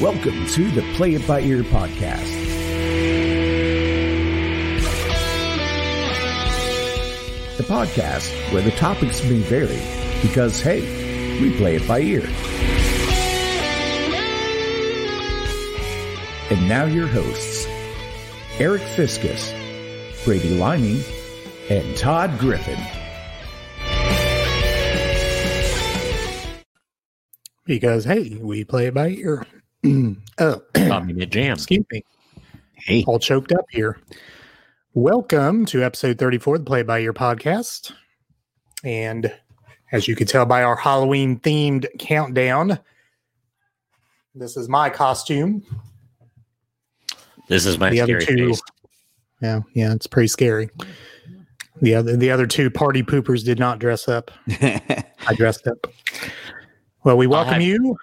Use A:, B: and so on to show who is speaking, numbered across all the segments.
A: Welcome to the Play It By Ear podcast. The podcast where the topics may vary because, hey, we play it by ear. And now your hosts, Eric Fiskus, Brady Liming, and Todd Griffin.
B: because hey, we play it by ear. oh,
C: Caught me mid jam.
B: excuse me,
C: Hey,
B: all choked up here. Welcome to episode 34 of the Play It by Ear podcast. And as you can tell by our Halloween themed countdown, this is my costume.
C: this is my
B: the other
C: scary
B: two-
C: face.
B: Yeah, yeah, it's pretty scary. The other the other two party poopers did not dress up. I dressed up. Well, we welcome
C: have-
B: you.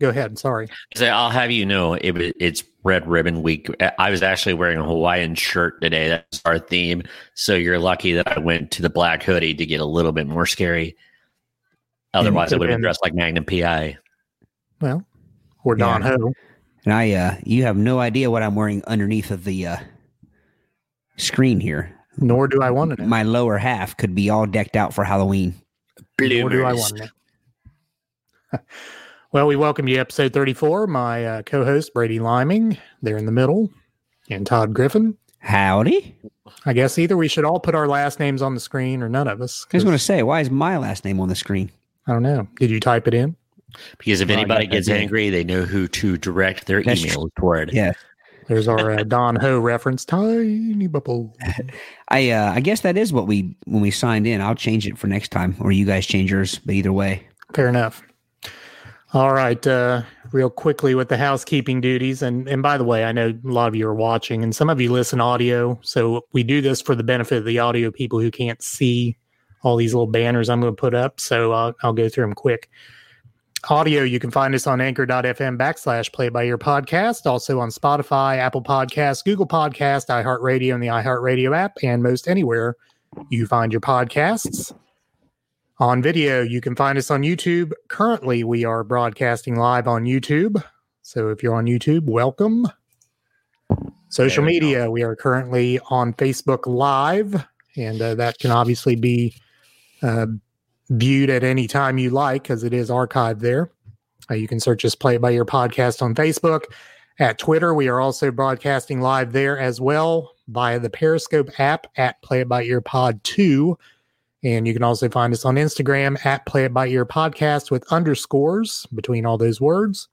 B: Go ahead. Sorry.
C: So I'll have you know, it, was- it's Red Ribbon Week. I was actually wearing a Hawaiian shirt today. That's our theme. So you're lucky that I went to the black hoodie to get a little bit more scary. Otherwise, I
B: could've
C: would have
B: been-
C: been dressed like Magnum PI.
B: Well, or Don
D: Yeah.
B: Ho.
D: And I, uh, you have no idea what I'm wearing underneath of the uh, screen here.
B: Nor do I want to know.
D: My lower half could be all decked out for Halloween.
B: Nor do I want to know. well, we welcome you to episode 34. My uh, co host, Brady Liming, there in the middle, and Todd Griffin.
D: Howdy. I
B: I guess either we should all put our last names on the screen or none of us.
D: was
B: 'cause
D: going to say, why is my last name on the screen?
B: I don't know. Did you type it in?
C: Because if
D: Oh, I
C: anybody
D: got that
C: gets
D: deal.
C: angry, they know who to direct their
D: That's
C: email toward.
D: Yeah.
B: There's our uh, Don Ho reference. Tiny bubble.
D: I, uh, I guess that is what we when we signed in. I'll change it for next time, or you guys change yours. But either way,
B: Fair enough. All right, uh, real quickly with the housekeeping duties, and and by the way, I know a lot of you are watching, and some of you listen audio, so we do this for the benefit of the audio people who can't see all these little banners I'm going to put up. So I'll, I'll go through them quick. Audio, you can find us on anchor.fm backslash play by ear podcast, also on Spotify, Apple Podcasts, Google Podcasts, iHeartRadio, and the iHeartRadio app, and most anywhere you find your podcasts on video. You can find us on YouTube. Currently, we are broadcasting live on YouTube. So if you're on YouTube, welcome. Social
C: There we go.
B: media, we are currently on Facebook Live, and uh, that can obviously be uh, viewed at any time you like because it is archived there. Uh, you can search us Play It By Your Podcast on Facebook. At Twitter, we are also broadcasting live there as well via the Periscope app at Play It By Ear Pod 2. And you can also find us on Instagram at Play It By Ear Podcast with underscores between all those words.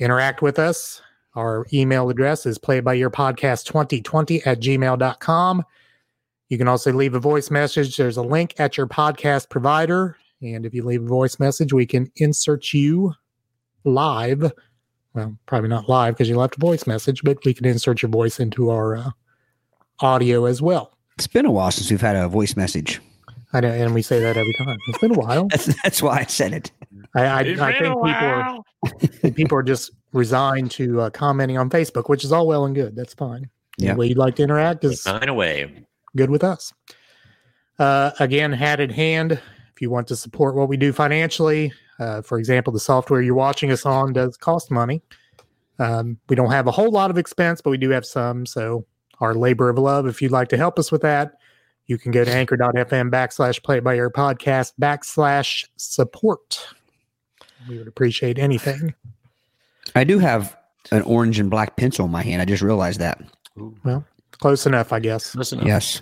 B: Interact with us. Our email address is playbyyourpodcast2020 at gmail.com. You can also leave a voice message. There's a link at your podcast provider. And if you leave a voice message, we can insert you live. Well, probably not live because you left a voice message, but we can insert your voice into our uh, audio as well.
D: it's been a while since we've had a voice message.
B: I know, and we say that every time. It's been a while.
D: That's that's why I said it.
B: I, I, I think people are, people are just resigned to uh, commenting on Facebook, which is all well and good. That's fine.
D: Yeah.
B: The way you'd like to interact is
C: Sign away.
B: good with us. Uh, again, hat in hand, if you want to support what we do financially, uh, for example, the software you're watching us on does cost money. Um, we don't have a whole lot of expense, but we do have some. So, our labor of love, if you'd like to help us with that, you can go to anchor.fm backslash play by your podcast backslash support. We would appreciate anything.
D: I do have an orange and black pencil in my hand. I just realized that.
B: Close enough, I guess.
C: Listen up.
D: Yes.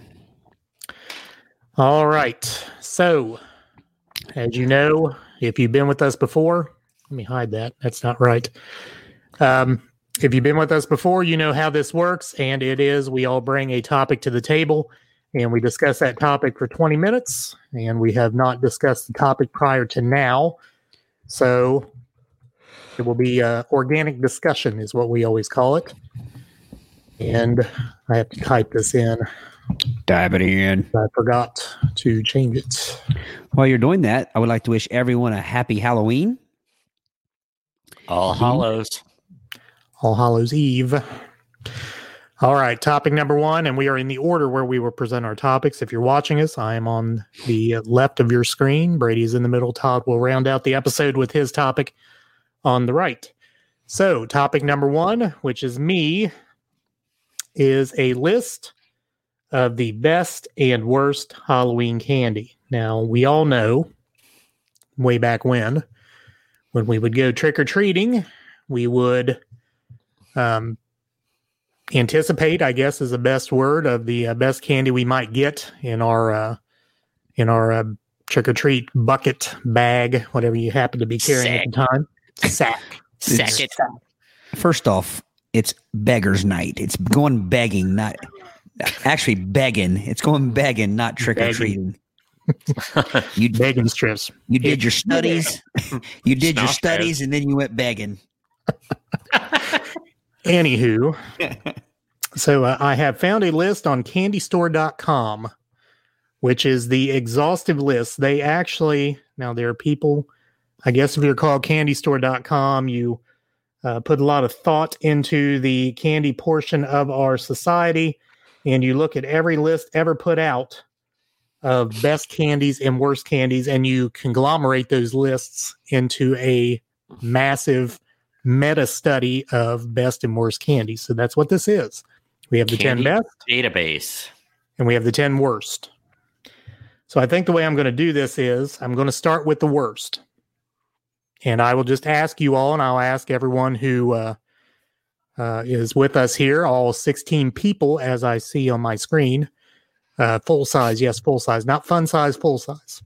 B: All right. So, as you know, if you've been with us before, let me hide that. That's not right. Um, if you've been with us before, you know how this works, and it is we all bring a topic to the table and we discuss that topic for 20 minutes, and we have not discussed the topic prior to now. So, it will be uh, organic discussion, is what we always call it. And I have to type this in.
D: Dive it in.
B: I forgot to change it.
D: While you're doing that, I would like to wish everyone a happy Halloween.
C: All
B: Mm-hmm.
C: hollows.
B: All Hallows Eve. All right, topic number one, and we are in the order where we will present our topics. If you're watching us, I am on the left of your screen. Brady's in the middle. Todd will round out the episode with his topic on the right. So, topic number one, which is me, is a list of the best and worst Halloween candy. Now, we all know way back when, when we would go trick or treating, we would um, anticipate, I guess, is the best word of the uh, best candy we might get in our uh, in our uh, trick or treat bucket bag, whatever you happen to be carrying at the time. Sack.
E: Second.
D: First off, it's beggars' night. It's going begging, not actually begging. It's going begging, not trick or treating. You
B: Begging strips.
D: you did your studies, you did your
C: Snuff,
D: studies, and then you went begging.
B: Anywho, so uh, I have found a list on candystore.com, which is the exhaustive list. They actually, now there are people, I guess if you're called candystore.com, you uh, put a lot of thought into the candy portion of our society, and you look at every list ever put out of best candies and worst candies, and you conglomerate those lists into a massive meta study of best and worst candies. So that's what this is. We have the 10
C: Candy?
B: best
C: Database.
B: and we have the 10 worst. So I think the way I'm going to do this is I'm going to start with the worst. And I will just ask you all, and I'll ask everyone who uh, uh, is with us here, all 16 people as I see on my screen, uh, full size, yes, full size, not fun size, full size.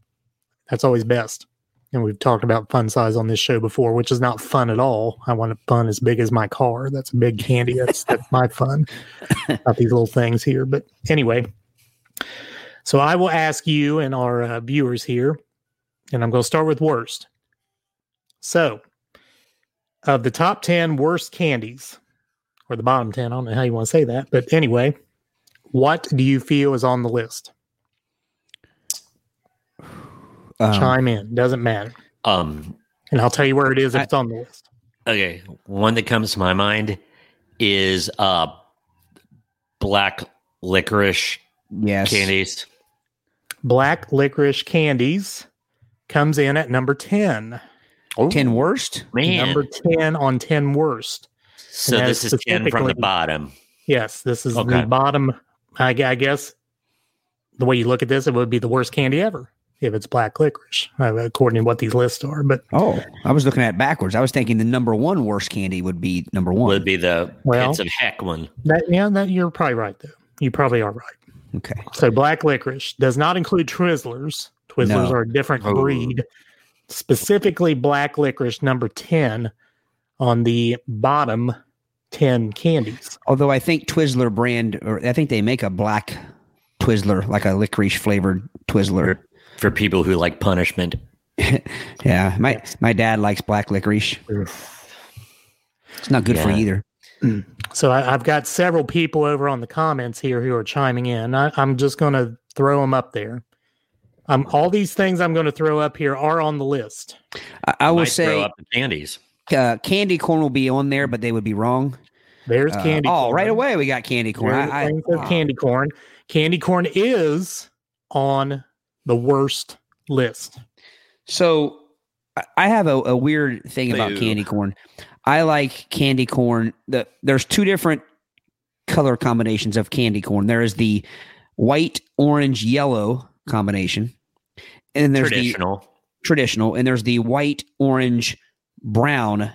B: That's always best. And we've talked about fun size on this show before, which is not fun at all. I want a fun as big as my car. That's a big candy. That's that's my fun. Not these little things here. But anyway, so I will ask you and our uh, viewers here, and I'm going to start with worst. So, of the top 10 worst candies, or the bottom 10, I don't know how you want to say that, but anyway, what do you feel is on the list?
D: Um,
B: Chime in, doesn't matter.
C: Um,
B: And I'll tell you where it is if
D: I-
B: it's on the list.
C: okay. One that comes to my mind is uh black licorice
D: yes,
C: candies.
B: Black licorice candies comes in at number 10.
D: ten worst.
C: Man.
B: Number 10 on 10 worst.
C: so
B: and
C: this is 10 from
B: specifically-
C: the bottom.
B: Yes, this is
C: Okay.
B: the bottom. I, gu- I guess the way you look at this, it would be the worst candy ever if it's black licorice, uh, according to what these lists are. But
D: Oh, I was looking at it backwards. I was thinking the number one worst candy would be number one.
C: Would be the
B: Well-
C: pits of heck one.
B: that, yeah, that you're probably right though. You probably are right.
D: Okay,
B: So black licorice does not include Twizzlers. Twizzlers
D: No.
B: are a different
C: Oh.
B: breed. Specifically, black licorice number ten on the bottom ten candies.
D: although I think Twizzler brand, or I think they make a black Twizzler, like a licorice flavored Twizzler.
C: for people who like punishment.
D: Yeah, my my dad likes black licorice. It's not good for
C: Yeah.
D: you either.
B: So I, I've got several people over on the comments here who are chiming in. I, I'm just going to throw them up there. Um, all these things I'm going to throw up here are on the list.
D: I, I will
C: Might
D: say
C: throw up the candies.
D: uh, candy corn will be on there, but they would be wrong.
B: There's
D: Uh,
B: candy.
D: oh,
B: corn.
D: right away we got candy corn.
B: There's
D: I, ah. I,
B: things of candy corn. Candy corn is on the worst list.
D: So I- I have a, a weird thing about
C: Boo.
D: candy corn. I like candy corn. The, there's two different color combinations of candy corn. There is the white, orange, yellow combination, and there's the
C: Traditional.
D: traditional, and there's the white, orange, brown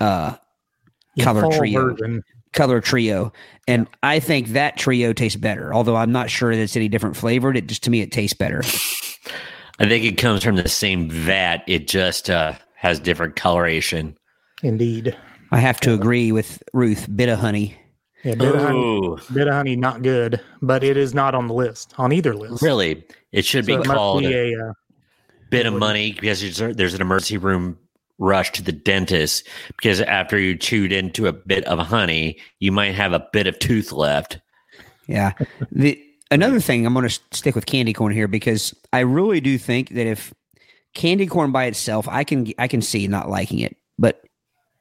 D: uh,
B: The
D: Color
B: fall
D: trio.
B: version.
D: color trio. And I think that trio tastes better. Although I'm not sure that it's any different flavored. It just to me it tastes better.
C: I think it comes from the same vat. It just uh, has different coloration.
B: Indeed.
D: I have to agree with Ruth. Bit of honey.
B: Yeah, bit, of honey,
C: Ooh,
B: bit of honey, not good, but it is not on the list, on either list.
C: really? It
B: So
C: should be
B: it must
C: called
B: be
C: a
B: a, uh,
C: bit of money because there's- there's an emergency room rush to the dentist because after you chewed into a bit of honey, you might have a bit of tooth left.
D: Yeah. The another thing I'm going to stick with candy corn here because I really do think that if candy corn by itself, I can I can see not liking it, but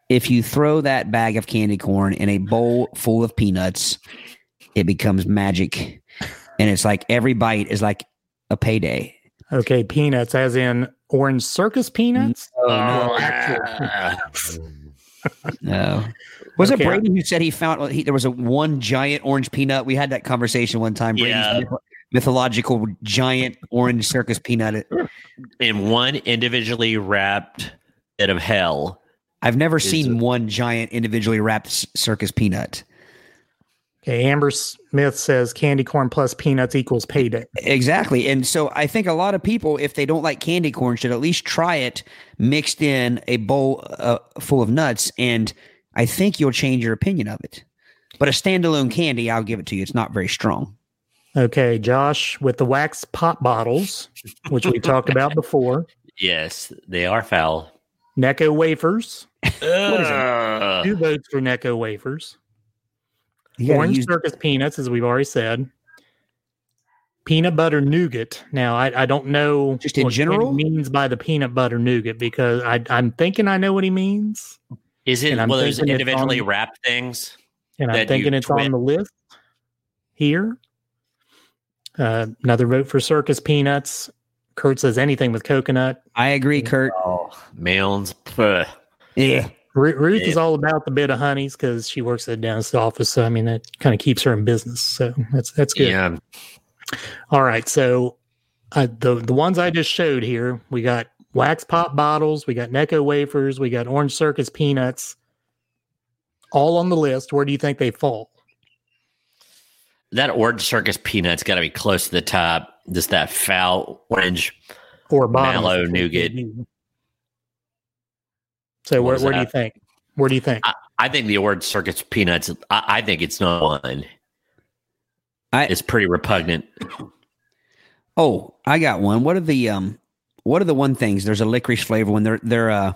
D: if you throw that bag of candy corn in a bowl full of peanuts, it becomes magic, and it's like every bite is like a payday.
B: uh, Okay, peanuts, as in orange circus peanuts.
D: Oh,
C: Oh, ah.
D: No. Was
B: Okay.
D: it Brady who said he found he, there was a one giant orange peanut? We had that conversation one time. Brady's
C: Yeah.
D: myth- mythological giant orange circus peanut.
C: in one individually wrapped bit of hell.
D: I've never
C: Is
D: seen
C: it-
D: one giant individually wrapped s- circus peanut.
B: Okay, Amber Smith says candy corn plus peanuts equals payday.
D: Exactly. And so I think a lot of people, if they don't like candy corn, should at least try it mixed in a bowl uh, full of nuts. And I think you'll change your opinion of it. But a standalone candy, I'll give it to you. It's not very strong.
B: Okay, Josh, with the wax pop bottles, which we talked about before,
C: Yes, they are foul.
B: Necco wafers,
C: Ugh.
B: two votes for Necco wafers,
D: Uh. You gotta
B: orange
D: use-
B: circus peanuts, as we've already said, peanut butter nougat. Now, I, I don't know
D: Just in
B: what Kenny
D: general?
B: means by the peanut butter nougat because I, I'm thinking I know what he means,
C: Is it
B: And I'm
C: one of those
B: thinking it's
C: individually
B: on-
C: wrapped things?
B: and I'm
C: That you
B: thinking it's on
C: twin-
B: the list here. Uh, another vote for circus peanuts. Kurt says anything with coconut.
D: I agree, Kurt.
C: Oh, Mounds. Ugh.
D: Yeah.
B: Ru- Ruth is
C: Yeah.
B: all about the bit of honeys because she works at the dentist's office. So I mean that kind of keeps her in business. So that's that's good.
C: Yeah.
B: All right. So uh, the the ones I just showed here, we got wax pop bottles, we got Necco wafers, we got Orange Circus peanuts, all on the list. Where do you think they fall?
C: That orange circus peanut's got to be close to the top. Just that foul orange.
B: Or bottom?
C: Mallow nougat.
B: So
C: What
B: where,
C: is
B: where do you
C: that?
B: think? Where do you think?
C: I think the orange circus peanuts, I, I think it's not one.
D: I-
C: it's pretty repugnant.
D: Oh, I got one. What are the um? What are the one things? There's a licorice flavor one. They're they're uh.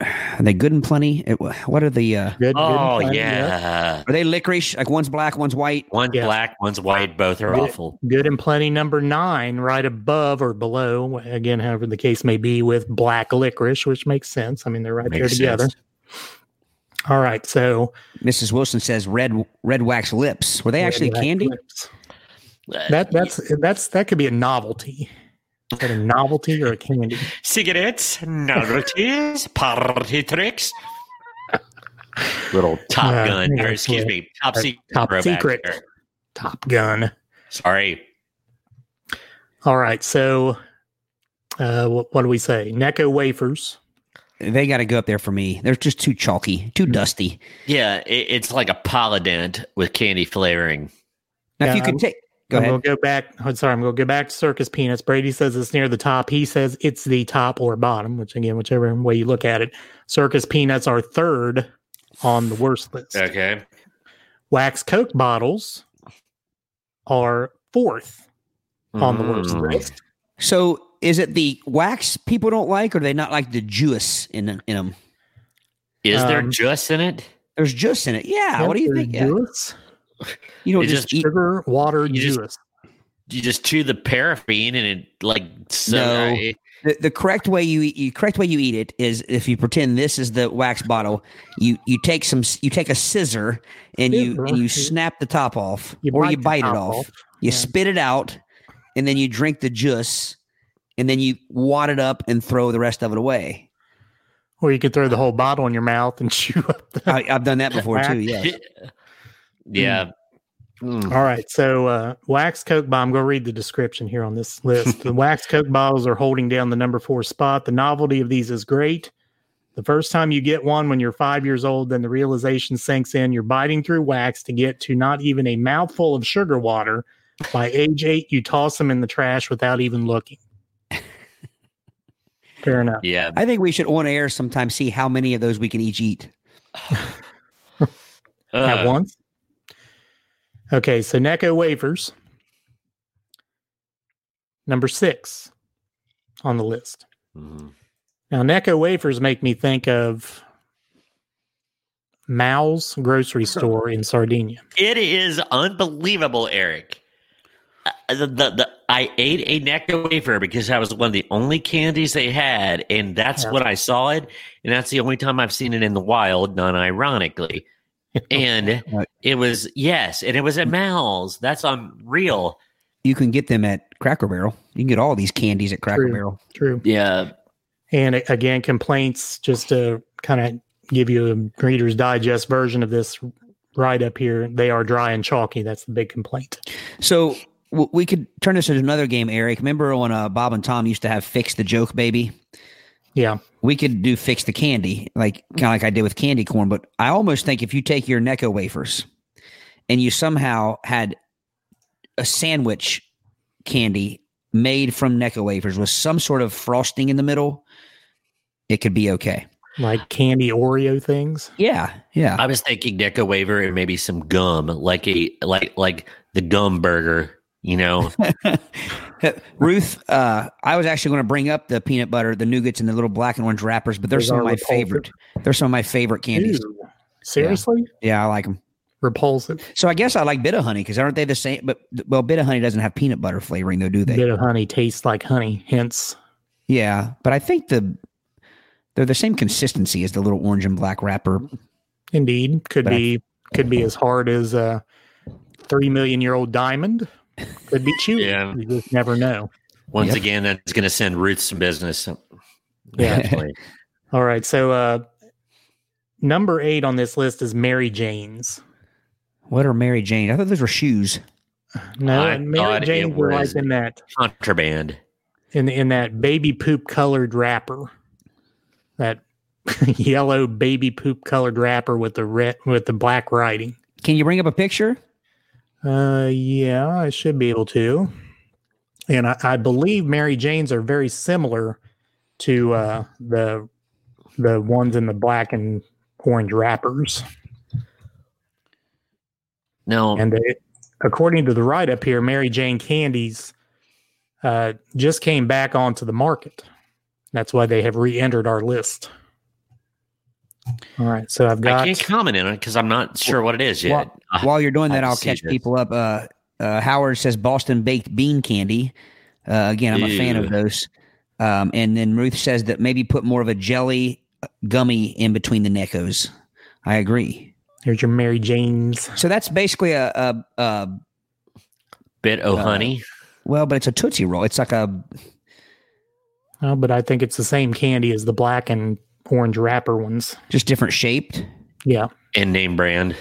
D: Are they good and plenty? It, what are the uh?
B: Good. good
C: Oh,
B: plan,
C: yeah.
D: Are they licorice? Like one's black, one's white.
C: One's
B: Yeah.
C: black, one's white. Both are
B: Yeah.
C: awful.
B: Good and plenty number nine, right above or below, again, however the case may be, with black licorice, which makes sense. I mean, they're right there
C: Makes
B: together.
C: sense.
B: All right. So
D: Mrs. Wilson says red red wax lips. Were they actually
B: Red Black
D: candy?
B: Lips.
C: Uh,
B: That that's that's that could be a novelty. Is that a novelty or a candy?
C: cigarettes, novelties, party tricks. Little Top
B: Uh,
C: Gun,
B: yeah,
C: or excuse me, Top
B: uh,
C: Secret.
B: Top
C: throwback
B: secret.
C: there.
B: Top Gun.
C: Sorry.
B: All right. So, uh, what, what do we say? Necco wafers.
D: They got to go up there for me. They're just too chalky, too
B: Mm-hmm.
D: dusty.
C: Yeah, it, it's like a polydent with candy flavoring.
D: Now, if
B: Yeah,
D: you could
B: I'm-
D: take, go
B: I'm
D: ahead.
B: gonna go back. I'm sorry. I'm gonna go back to circus peanuts. Brady says it's near the top. He says it's the top or bottom, which again, whichever way you look at it, circus peanuts are third on the worst list.
C: Okay.
B: Wax Coke bottles are fourth on the worst
C: Mm.
B: list.
D: So, is it the wax people don't like, or they not like the juice in them- in them?
C: Is there
B: Um,
C: juice in it?
D: There's juice in it. Yeah. what do you
B: Answer,
D: think? Yeah.
B: Juice,
D: You don't
C: It's
D: just,
C: just
D: eat.
B: sugar, water,
C: You just-
B: juice.
C: You just chew the paraffin and it like so
D: No.
C: uh, it-
D: The, the correct way you eat, you correct way you eat it is if you pretend this is the wax bottle, you you take some s- you take a scissor and you and you
B: Scissor.
D: snap the top off or you
B: the
D: bite it
B: top
D: off. You
B: yeah.
D: spit it out and then you drink the juice and then you wad it up and throw the rest of it away.
B: Or you could throw the whole bottle in your mouth and chew up the.
D: I, I've done that before too. Yeah. Mm-hmm.
C: yeah. Mm.
B: All right. So, uh, wax Coke bomb. I'm going to read the description here on this list. the wax Coke bottles are holding down the number four spot. The novelty of these is great. The first time you get one when you're five years old, then the realization sinks in. You're biting through wax to get to not even a mouthful of sugar water. By age eight, you toss them in the trash without even looking. Fair enough.
C: Yeah.
D: I think we should on air sometime see how many of those we can each eat.
B: at
C: Uh,
B: once. Okay, so Necco wafers, number six on the list.
C: mhm.
B: Now, Necco wafers make me think of Mal's grocery store in Sardinia.
C: It is unbelievable, Eric. Uh, The, the, the, I ate a Necco wafer because that was one of the only candies they had, and that's
B: Yeah.
C: when I saw it, and that's the only time I've seen it in the wild, non-ironically. And
D: Right.
C: um, it was yes, and it was at Mal's. That's unreal.
D: you can get them at Cracker Barrel. You can get all these candies at Cracker
B: True.
D: Barrel.
B: True.
C: Yeah.
B: And a- again, complaints, just to kind of give you a Reader's Digest version of this right up here, they are dry and chalky. That's the big complaint.
D: So w- we could turn this into another game, Eric. Remember when uh, Bob and Tom used to have Fix the Joke Baby?
B: Yeah.
D: We could do Fix the Candy, like kind of like I did with candy corn. But I almost think if you take your Necco wafers and you somehow had a sandwich candy made from Necco wafers with some sort of frosting in the middle, it could be okay.
B: Like candy Oreo things.
D: Yeah. Yeah.
C: I was thinking Necco Waver and maybe some gum, like a like like the gum burger, you know.
D: Ruth, uh, I was actually going to bring up the peanut butter, the nougats, and the little black and orange wrappers, but they're
B: Those
D: some of
B: are
D: my
B: repulsive.
D: favorite. They're some of my favorite candies.
B: Ew. Seriously?
D: Yeah, I like them.
B: Repulsive.
D: So I guess I like bit of honey because aren't they the same? But well, bit of honey doesn't have peanut butter flavoring though, do they?
B: Bit of honey tastes like honey, hence
D: yeah, but I think the they're the same consistency as the little orange and black wrapper.
B: Indeed, could
D: But I-
B: be could be as hard as a three million year old diamond. Could be chewy.
C: Yeah.
B: You just never know.
C: Once
D: Yep.
C: again, that's going to send Ruth some business. uh,
B: Yeah.
C: Definitely.
B: All right. So uh, number eight on this list is Mary Jane's.
D: What are Mary Jane? I thought those were shoes.
B: No,
C: I
B: and
C: thought
B: Mary
C: it
B: Jane's were like
C: was-
B: in that
C: Contraband.
B: in in that baby poop colored wrapper, that yellow baby poop colored wrapper with the red with the black writing.
D: Can you bring up a picture?
B: Uh, yeah, I should be able to. And I, I believe Mary Jane's are very similar to uh, the the ones in the black and orange wrappers.
C: No,
B: And they, according to the write up here, Mary Jane candies uh, just came back onto the market. That's why they have re entered our list. All right. So I've
C: I
B: got.
C: can't comment on it because I'm not sure what it is yet.
D: Well,
C: Uh,
D: While you're doing
C: I
D: that,
C: can
D: I'll
C: see
D: catch
C: this.
D: people up. Uh, uh, Howard says Boston baked bean candy. Uh, again, I'm a fan
C: Ew.
D: of those. Um, and then Ruth says that maybe put more of a jelly uh, gummy in between the neckos. I agree.
B: Here's your Mary Jane's.
D: So that's basically a, a, a
C: bit oh
D: uh,
C: honey.
D: well, but it's a tootsie roll. It's like a
B: Oh, but I think it's the same candy as the black and orange wrapper ones.
D: just different shaped.
B: Yeah.
C: and name brand.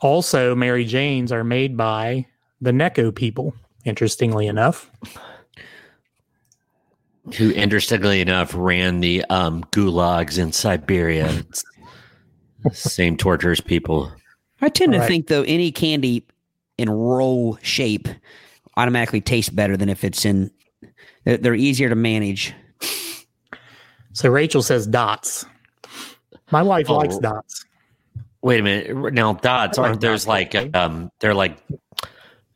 B: Also, Mary Jane's are made by the Necco people, interestingly enough.
C: Who, interestingly enough, ran the um, gulags in Siberia. It's the Same tortures people.
D: I tend to
B: Alright.
D: think though any candy in roll shape automatically tastes better than if it's in. They're, they're easier to manage.
B: So Rachel says dots. My wife
C: Oh.
B: likes dots.
C: Wait a minute. Now dots
B: I like
C: aren't those
B: dots,
C: like
B: okay.
C: um they're like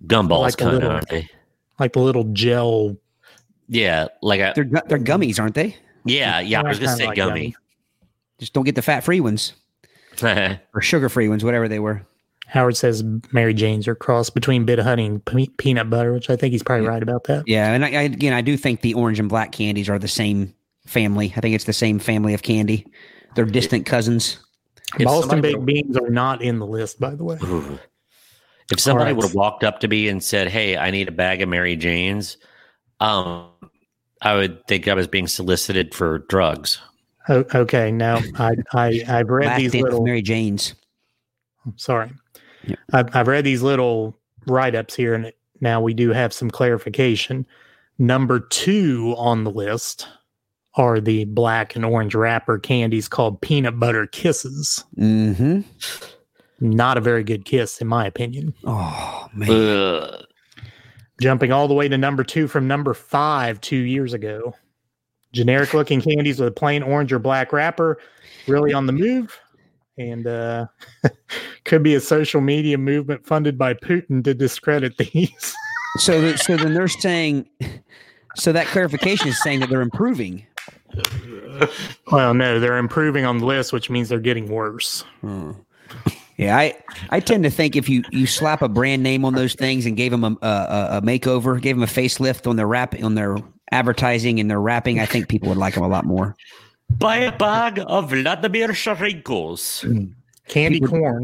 C: gumballs
B: Like a
C: kind
B: little-
C: of aren't they?
B: Like the little gel.
C: Yeah, like a
D: They're gu- they're gummies, aren't they?
C: yeah yeah. I was gonna
B: kinda
C: say
B: like
C: gummy.
D: Just don't get the fat free ones or sugar free ones, whatever they were.
B: Howard says Mary Jane's are crossed between bit of honey and pe- peanut butter, which I think he's probably
D: Yeah.
B: right about that.
D: Yeah, and I, I, again, I do think the orange and black candies are the same family. I think it's the same family of candy. They're distant cousins.
C: If
B: Boston
C: somebody
B: baked
C: would've-
B: beans are not in the list, by the way.
C: Ooh. If somebody
B: right.
C: would have walked up to me and said, "Hey, I need a bag of Mary Janes," um, I would think I was being solicited for drugs.
B: O- okay, now I, I I've read
D: Last
B: these
D: Dance with
B: little.
D: Mary Jane's.
B: Sorry,
D: Yeah.
B: I've, I've read these little write ups here, and it- now we do have some clarification. Number two on the list are the black and orange wrapper candies called peanut butter kisses.
D: Mm-hmm.
B: Not a very good kiss, in my opinion.
D: Oh man,
C: Ugh.
B: Jumping all the way to number two from number five two years ago. Generic looking candies with a plain orange or black wrapper, really on the move. And uh, could be a social media movement funded by Putin to discredit these.
D: So, th- so then they're saying, so that clarification is saying that they're improving.
B: well, no, they're improving on the list, which means they're getting worse.
D: Hmm. Yeah, I, I tend to think if you, you slap a brand name on those things and gave them a, a, a makeover, gave them a facelift on their wrap on their advertising and their wrapping, I think people would like them a lot more.
C: Buy a bag of Vladimir Sharenko's.
B: Candy
D: People-
B: corn.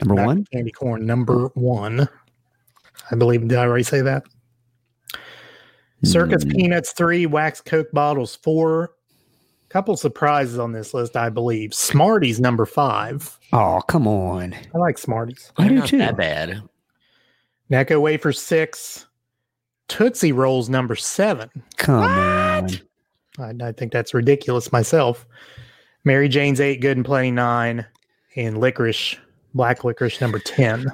D: Number
B: Back to
D: one,
B: Candy corn, number one. I believe. Did I already say that? Circus Peanuts three, Wax Coke bottles four. Couple surprises on this list, I believe. Smarties number five.
D: Oh, come on.
B: I like Smarties.
D: I
C: They're
D: do
C: not
D: too.
C: That bad.
B: Necco wafer six. Tootsie Rolls number seven.
D: Come on.
B: I, I think that's ridiculous myself. Mary Jane's eight, Good and Plenty nine, and Licorice, Black Licorice number ten.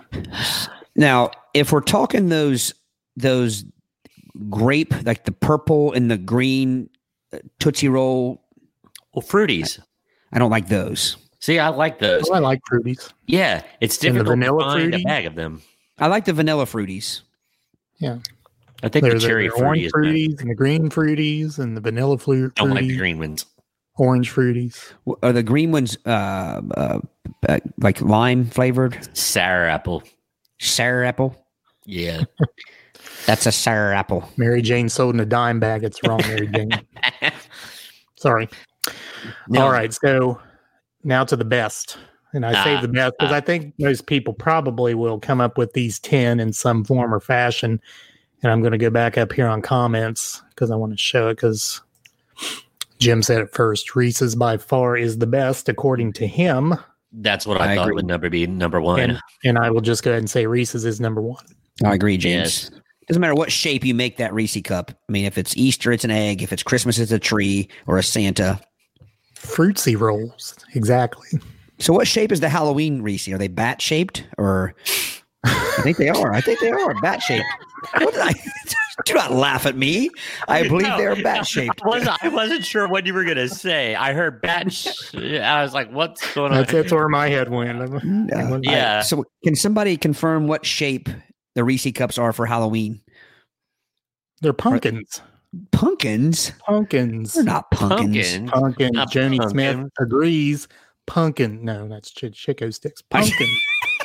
D: Now, if we're talking those those grape, like the purple and the green uh, Tootsie Roll,
C: Well, fruities.
D: I don't like those.
C: See, I like those.
B: Oh, I like Fruities.
C: Yeah, it's
B: And the
C: difficult to
B: vanilla
C: find
B: fruity?
C: a bag of them.
D: I like the vanilla fruities.
C: I think the cherry fruity
B: orange
C: is better.
B: fruities and the green fruities and the vanilla flu-
C: Don't like
B: fruity,
C: the green ones.
B: orange fruities.
D: W- Are the green ones uh, uh, uh, like lime flavored?
C: Sour apple.
D: Sour apple?
C: Yeah.
D: That's a sour apple.
B: Mary Jane sold in a dime bag. It's wrong, Mary Jane. Sorry.
C: No.
B: All right. So now to the best. And I say
C: Ah,
B: the best because
C: ah.
B: I think most people probably will come up with these 10 in some form or fashion. And I'm going to go back up here on comments because I want to show it because Jim said it first. Reese's by far is the best according to him.
C: That's what I,
D: I
C: thought
D: agree.
C: would number be number one.
B: And, and I will just go ahead and say Reese's is number one.
D: I agree, James. Doesn't matter what shape you make that Reese cup. I mean, if it's Easter, it's an egg. If it's Christmas, it's a tree or a Santa.
B: Fruitsy rolls. Exactly.
D: So, what shape is the Halloween Reese? Are they bat shaped or? I think they are. I think they are bat shaped. What did I- Do not laugh at me. I believe they are bat shaped.
C: I wasn't, I wasn't sure what you were gonna say. I heard bat. sh- I was like, "What's going on?"
B: That's, that's where my head went. I'm-
D: Uh,
C: Yeah.
D: so, can somebody confirm what shape the Reese cups are for Halloween?
B: They're pumpkins.
D: Pumpkins?
B: Pumpkins.
D: They're not pumpkins.
C: Pumpkin.
B: Pumpkin.
C: Not
B: Joni Smith
C: pumpkin.
B: agrees. Pumpkin. No, that's Ch- Chico sticks. Pumpkin.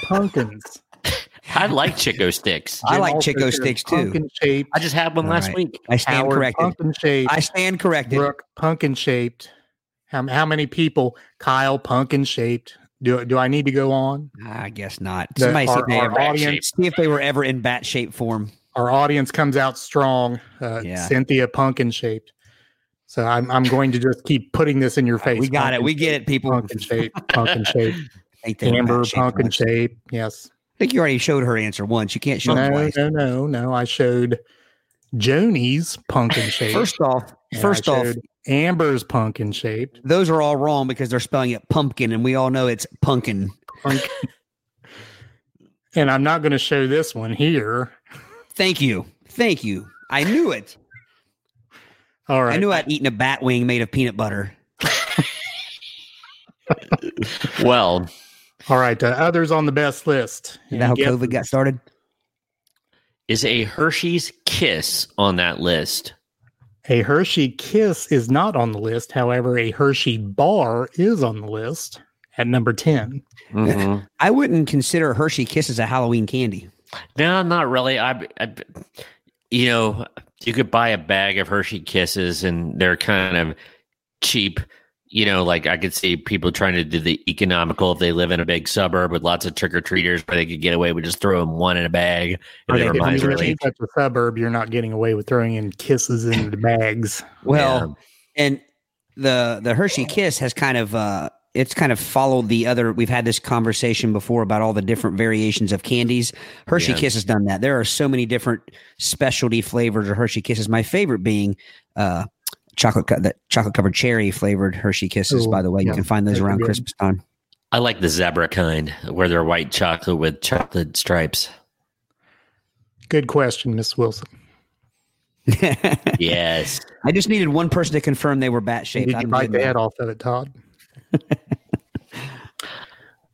B: pumpkins.
C: I like Chico sticks.
D: I
B: Jim
D: like
B: also
D: Chico
B: says
D: sticks too.
B: Pumpkin shaped.
C: I just had one
D: All
C: last
D: right.
C: week.
D: I stand
B: Howard,
D: corrected.
B: Pumpkin shaped.
D: I stand corrected.
B: Brooke. Pumpkin shaped. How, how many people? Kyle. Pumpkin shaped. Do do I need to go on?
D: I guess not.
B: The-
D: Somebody see
B: our-
D: if they
B: our
D: ever-
B: audience-
D: see if they were ever in bat shape form.
B: Our audience comes out strong. Uh,
D: Yeah.
B: Cynthia. Pumpkin shaped. So I'm I'm going to just keep putting this in your face.
D: We got it.
B: Pumpkin
D: We get it, people.
B: Pumpkin shaped. Pumpkin shaped.
D: I think they were
B: Amber.
D: bat-shaped
B: Pumpkin
D: once.
B: shaped. Yes.
D: I think you already showed her answer once. You can't show
B: no,
D: it twice.
B: no, no, no. I showed Joni's pumpkin shape.
D: First off,
B: and I
D: first off,
B: showed Amber's pumpkin shape.
D: those are all wrong because they're spelling it pumpkin, and we all know it's pumpkin.
B: Punk- and I'm not going to show this one here.
D: Thank you, thank you. I knew it.
B: All right.
D: I knew I'd eaten a bat wing made of peanut butter.
C: Well,
B: All right. Uh, others on the best list.
D: Is that how
B: Any
D: COVID got started?
C: is a Hershey's Kiss on that list?
B: A Hershey kiss is not on the list. However, a Hershey bar is on the list at number 10.
C: Mhm.
D: I wouldn't consider Hershey Kisses a Halloween candy.
C: no, not really. I, I, you know, you could buy a bag of Hershey Kisses, and they're kind of cheap. You know, like I could see people trying to do the economical if they live in a big suburb with lots of trick or treaters, where they could get away with just throwing one in a bag.
B: Are
C: And
B: they
C: they were
B: gonna be
C: miserly.
B: in such a suburb, you're not getting away with throwing in kisses into the bags.
D: Well,
C: Yeah.
D: and the the Hershey Kiss has kind of uh it's kind of followed the other we've had this conversation before about all the different variations of candies. Hershey
C: Yeah.
D: Kiss has done that. There are so many different specialty flavors of Hershey Kisses. My favorite being uh chocolate co- that chocolate covered cherry flavored Hershey Kisses
B: Ooh,
D: by the way.
B: yeah.
D: You can find those
B: Those are
D: around
B: good.
D: Christmas time.
C: I like the zebra kind where they're white chocolate with chocolate stripes.
B: Good question, Miss Wilson.
C: Yes.
D: I just needed one person to confirm they were bat
B: Did
D: shaped.
B: you bite the head off of it, Todd?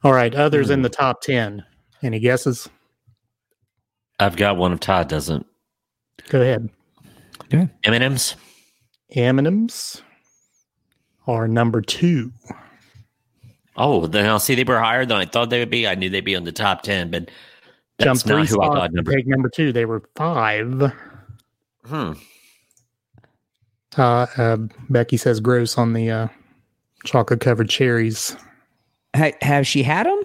B: All right, others in the top ten. Any guesses?
C: I've got one of Todd doesn't.
B: Go ahead.
C: M&M's.
B: M&Ms are number two.
C: Oh, then I'll see they were higher than I thought they would be. I knew they'd be on the top 10, but that's
B: Jump
C: not who I
B: spots
C: thought
B: to
C: number.
B: Take number two. They were five.
C: Hmm.
B: Uh, uh, Becky says gross on the uh, chocolate covered cherries.
D: Ha- have she had them?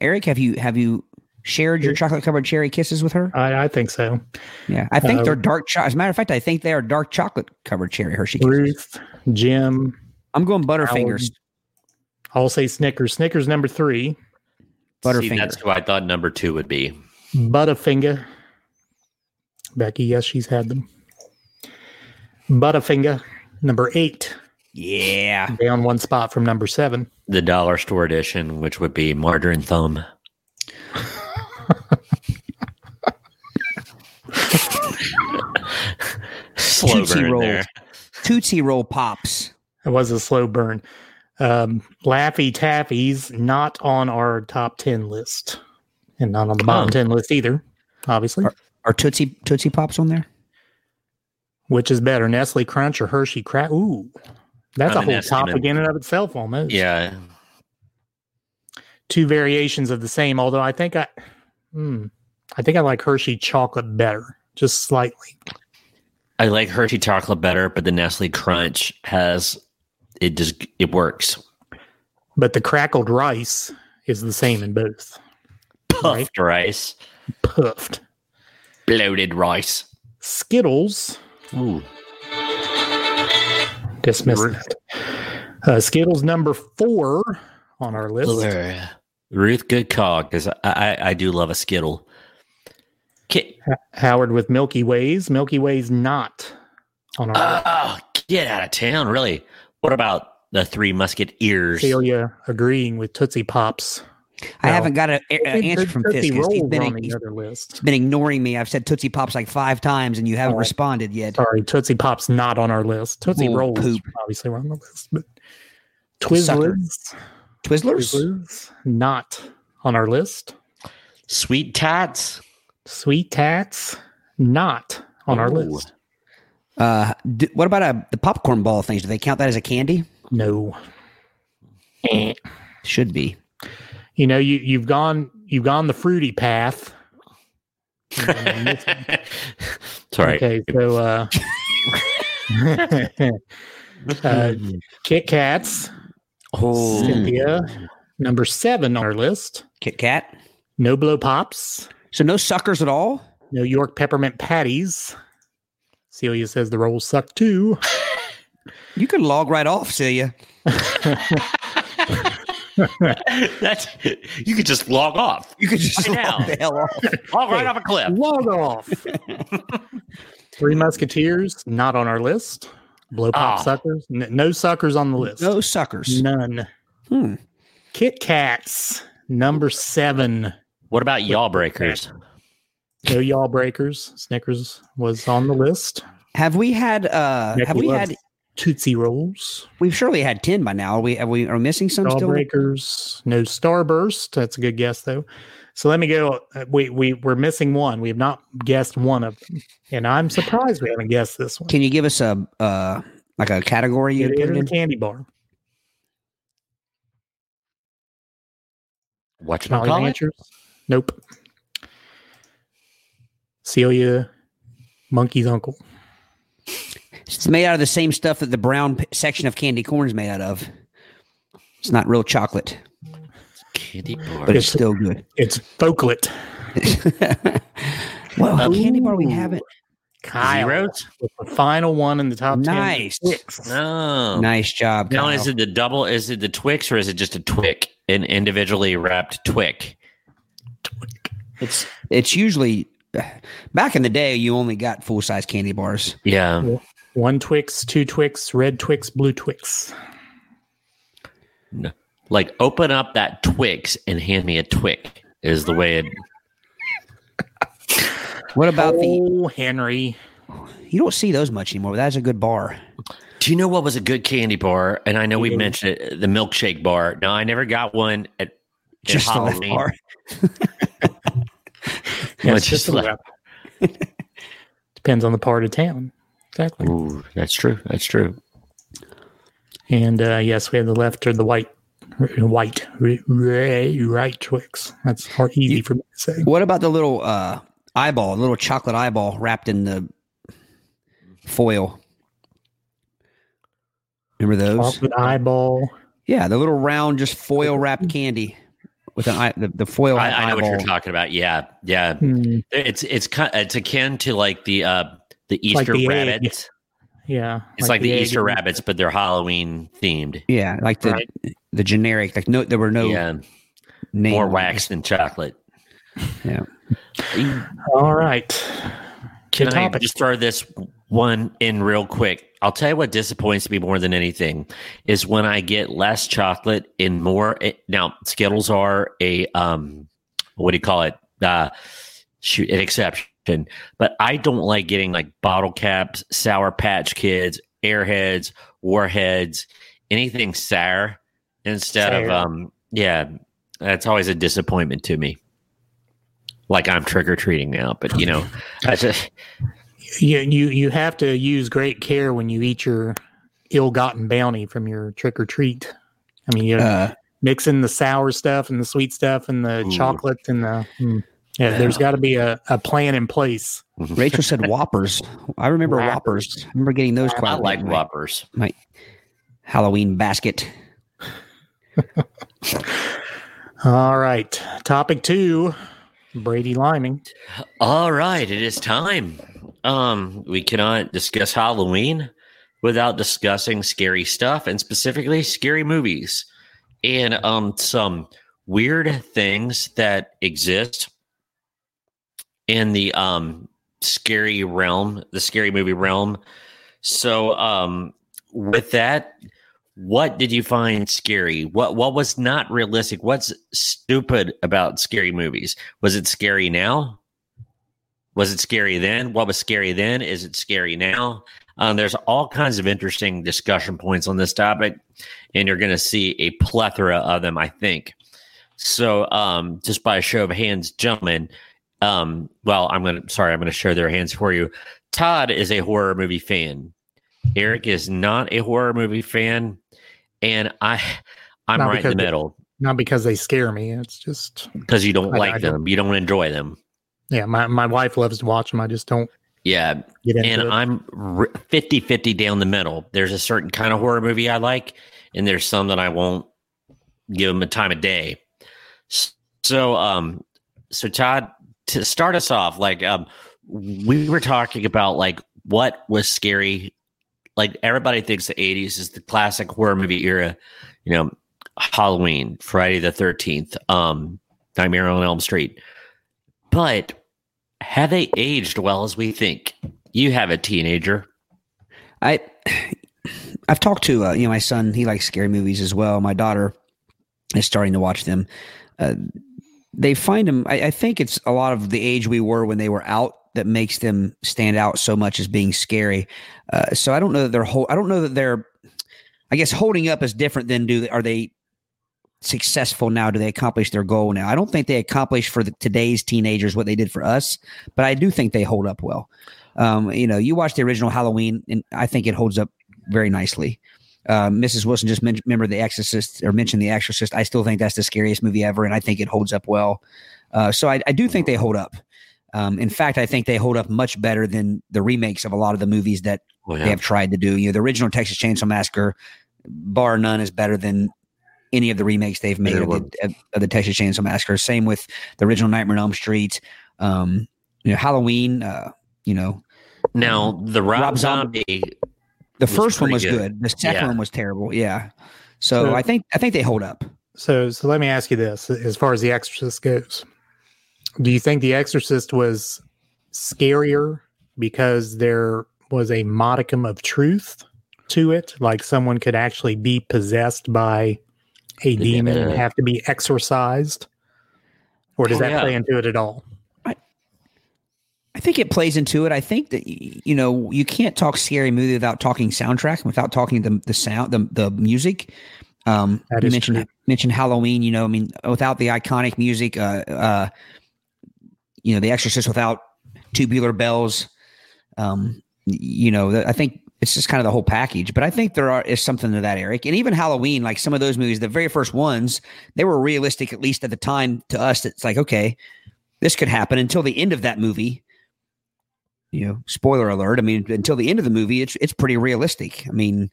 D: Eric, have you have you shared your chocolate covered cherry kisses with her?
B: I, I think so.
D: Yeah, I think
B: Uh,
D: they're dark. Cho- As a matter of fact, I think they are dark chocolate covered cherry Hershey. Kisses.
B: Ruth, Jim,
D: I'm going Butterfingers.
B: I'll say Snickers. Snickers number three,
D: Butterfinger.
C: See, that's who I thought number two would be.
B: Butterfinger. Becky, yes, she's had them. Butterfinger, number eight,
D: Yeah,
B: down one spot from number seven.
C: The dollar store edition, which would be margarine thumb. Slow
D: Tootsie
C: burn
D: Rolls.
C: there.
D: Tootsie Roll pops.
B: It was a slow burn. Um, Laffy Taffy's not on our top 10 list and not on the bottom
C: Oh.
B: 10 list either, obviously.
D: Are Tootsie Tootsie Pops on there?
B: Which is better, Nestle Crunch or Hershey Crab? Ooh, that's
C: I'm
B: a
C: a
B: whole
C: Nestle
B: topic
C: man.
B: in and of itself almost.
C: Yeah.
B: Two variations of the same, although I think I, hmm, I think I like Hershey chocolate better, just slightly.
C: I like Hershey chocolate better, but the Nestle Crunch has it just it works.
B: But the crackled rice is the same in both. Right.
C: Puffed rice,
B: Puffed.
C: bloated rice.
B: Skittles
C: Ooh.
B: Dismissed.
C: Ruth.
B: that. Uh, Skittles number four on our list.
C: Blur. Ruth, good call because I, I I do love a Skittle. Get,
B: Howard with Milky Ways. Milky Ways not on our
D: Ah,
B: list.
C: oh, get out of town, really. What about the Three Musket Ears?
B: Celia agreeing with Tootsie Pops.
D: I
B: No.
D: haven't got an answer uh, from
B: Tootsie
D: Fisk. 'cause He's
B: Rolls
D: been,
B: on
D: he's
B: the other list.
D: been ignoring me. I've said Tootsie Pops like five times, and you haven't
B: Oh.
D: responded yet.
B: Sorry, Tootsie Pops not on our list. Tootsie
D: Bull
B: Rolls
D: poop.
B: obviously were on the list, but
D: Sucker.
B: Twizzlers,
D: Twizzlers.
B: Twizzlers not on our list.
C: Sweet Tots?
B: Sweet Tats not on our
C: Ooh.
B: list.
D: Uh, d- what about uh, the popcorn ball things? Do they count that as a candy?
B: No.
D: Should be.
B: you know you you've gone you've gone the fruity path
C: Sorry.
B: okay so uh, uh kit kats
C: Oh,
B: cynthia number seven on our list
D: Kit Kat.
B: no blow pops
D: So no suckers at all.
B: no york peppermint patties celia says the rolls suck too
D: You can log right off, Celia.
C: that's you could just log off,
D: You could just
C: Right now.
D: log the hell off.
C: log right off a cliff.
B: log off three musketeers not on our list blow pop
C: Ah.
B: suckers N- no suckers on the list
D: No suckers.
B: none
D: Hmm.
B: Kit Kats, number seven.
C: What about Y'all Breakers?
B: No y'all breakers. Snickers was on the list.
D: Have we had? uh
B: Nicky
D: Have we
B: loves
D: had?
B: Tootsie Rolls,
D: We've surely had ten by now. Are we? Are we? Are we missing some
B: y'all
D: still?
B: breakers, no Starburst. That's a good guess though. So let me go. uh, We we we're missing one. We have not guessed one of them, and I'm surprised we haven't guessed this one.
D: Can you give us a uh like a category you
B: It
D: would put it
B: is a
D: in?
B: candy bar.
C: What you
B: Molly
C: call it?
B: Ranchers. Nope. Celia, Monkey's uncle.
D: It's made out of the same stuff that the brown p- section of candy corn is made out of. It's not real chocolate,
C: Candy bar.
D: but it's
B: It's-
D: still good.
B: It's Folklet.
D: well, a candy bar we
B: Ooh.
D: haven't.
B: Kyle
C: Zeros?
B: with the final one in the top
D: Nice.
B: ten. Nice.
C: No.
D: Nice job.
C: Oh. Now
D: Kyle.
C: is it the double? Is it the Twix or is it just a Twick? An individually wrapped Twick.
D: It's it's usually back in the day you only got full size candy bars.
C: Yeah.
B: One Twix, two Twix, red Twix, blue Twix.
C: Like open up that Twix and hand me a Twick is the way it.
D: What about the?
B: Oh, Henry. Oh.
D: You don't see those much anymore. but That's a good bar.
C: Do you know what was a good candy bar? And I know we mentioned it, the milkshake bar. No, I never got one at, at
D: Just the left
C: Halloween.
D: bar.
C: Well,
B: Yes,
C: just
B: just a
C: left.
B: wrap. Depends on the part of town. Exactly.
C: Ooh, that's true. That's true.
B: And uh, yes, we have the left or the white, white, right, right Twix. That's hard, easy for me to say.
D: What about the little uh, eyeball, little chocolate eyeball wrapped in the foil? Remember those?
B: Chocolate eyeball.
D: Yeah, the little round, just foil wrapped candy with an eye, the, the foil.
C: I, I know what you're
D: eyeball.
C: talking about. Yeah, yeah.
B: Mm,
C: It's it's kind it's akin to like the uh the
B: like
C: Easter
B: the egg.
C: rabbit. It's
B: yeah.
C: like, the,
B: egg
C: Easter
B: and-
C: rabbits, but they're Halloween themed.
D: Yeah, like the
B: Right.
D: the generic. Like no, there were no
C: yeah,
D: name
C: more
D: on it.
C: wax than chocolate.
D: Yeah.
B: All right.
C: Can
B: Good
C: I
B: topic.
C: just throw this one in real quick? I'll tell you what disappoints me more than anything is when I get less chocolate and more. It, now Skittles are a um, what do you call it? Uh, shoot, an exception. But I don't like getting like bottle caps, sour patch kids, airheads, warheads, anything sour instead
B: Sour.
C: of um, yeah. That's always a disappointment to me. Like I'm trick or treating now, but you know, I just.
B: you, you you have to use great care when you eat your ill-gotten bounty from your trick or treat. I mean, you
D: Uh,
B: mixing the sour stuff and the sweet stuff and the
C: Ooh.
B: chocolate and the mm. yeah, There's
C: Yeah.
B: got to be a, a plan in place.
D: Rachel said Whoppers. I remember
B: Whoppers.
D: Whoppers. I remember getting those quite.
C: I
D: a
C: like
D: bit.
C: whoppers.
D: Halloween basket.
B: All right, topic two, Brady Liming.
C: All right, it is time. Um, we cannot discuss Halloween without discussing scary stuff and specifically scary movies and um some weird things that exist in the um scary realm, the scary movie realm. So um with that, what did you find scary? What what was not realistic? What's stupid about scary movies? Was it scary now? Was it scary then? What was scary then? Is it scary now? Um, there's all kinds of interesting discussion points on this topic, and you're going to see a plethora of them, I think. So, um, just by a show of hands, gentlemen, um, well, I'm going to, sorry, I'm going to show their hands for you. Todd is a horror movie fan. Eric is not a horror movie fan, and I, I'm
B: Not
C: right in the
B: because-
C: middle
B: Not because they scare me. It's just
C: because you don't
B: I-
C: like
B: I don't-
C: them, you don't enjoy them.
B: yeah. My my wife loves to watch them. I just don't
C: Yeah,
B: get into
C: and
B: it.
C: I'm 50 50 down the middle. There's a certain kind of horror movie I like, and there's some that I won't give them a time of day. S- So, um, so Todd, to start us off, like, um, we were talking about like what was scary. Like everybody thinks the 80s is the classic horror movie era, you know, Halloween, Friday the 13th, um, Nightmare on Elm Street. But have they aged well as we think? You have a teenager.
D: I I've talked to uh, you know my son. He likes scary movies as well. My daughter is starting to watch them. Uh, they find them. I, I think it's a lot of the age we were when they were out that makes them stand out so much as being scary. Uh, so I don't know that they're whole. I don't know that they're. I guess holding up is different than do. Are they successful now? Do they accomplish their goal now? I don't think they accomplish for the, today's teenagers what they did for us, but I do think they hold up well. Um, you know, you watch the original Halloween, and I think it holds up very nicely. Uh, Mrs. Wilson just men- remembered The Exorcist or mentioned The Exorcist. I still think that's the scariest movie ever, and I think it holds up well. Uh, so I, I do think they hold up. Um, in fact, I think they hold up much better than the remakes of a lot of the movies that
C: Well,
D: they have tried to do. You know, the original Texas Chainsaw Massacre, bar none, is better than any of the remakes they've made
C: Either
D: of
C: one.
D: the, of- of the Texas Chainsaw Massacre. Same with the original Nightmare on Elm Street. Um, you know, Halloween. Uh, you know,
C: Now the Rob,
D: Rob
C: Zombie,
D: the
C: Was
D: first one was
C: pretty
D: good.
C: good.
D: The second
C: Yeah.
D: one was terrible. Yeah. So,
B: So-
D: I think I think they hold up.
B: So, so let me ask you this: as far as The Exorcist goes, do you think The Exorcist was scarier because there was a modicum of truth to it, like someone could actually be possessed by a demon and have to be exorcised, or does
C: Oh,
B: that
C: yeah.
B: play into it at all?
D: I think it plays into it. I think that y- you know you can't talk scary movie without talking soundtrack, without talking the the sound, the the music. Um,
B: That
D: you
B: is
D: mentioned
B: true.
D: mentioned Halloween. You know, I mean, without the iconic music, uh, uh, you know, The Exorcist without tubular bells. Um, y- you know, the, I think it's just kind of the whole package. But I think there are is something to that, Eric, and even Halloween, like some of those movies, the very first ones, they were realistic, at least at the time to us. It's like okay, this could happen until the end of that movie you know, spoiler alert. I mean, until the end of the movie, it's it's pretty realistic. I mean,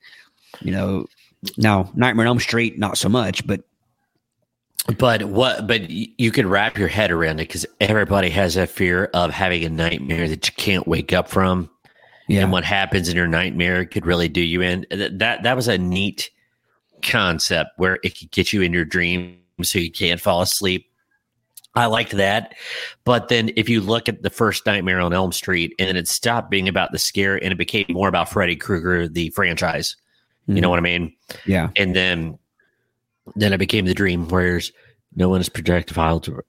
D: you know, now Nightmare on Elm Street, not so much, but
C: But what? But y- you can wrap your head around it because everybody has that fear of having a nightmare that you can't wake up from,
D: Yeah.
C: and what happens in your nightmare could really do you in. Th- That that was a neat concept where it could get you in your dream so you can't fall asleep. I liked that, but then if you look at the first Nightmare on Elm Street, and it stopped being about the scare and it became more about Freddy Krueger, the franchise. You know
D: Mm-hmm.
C: what I mean?
D: Yeah.
C: and then then I became the dream warriors. No one is projectile to.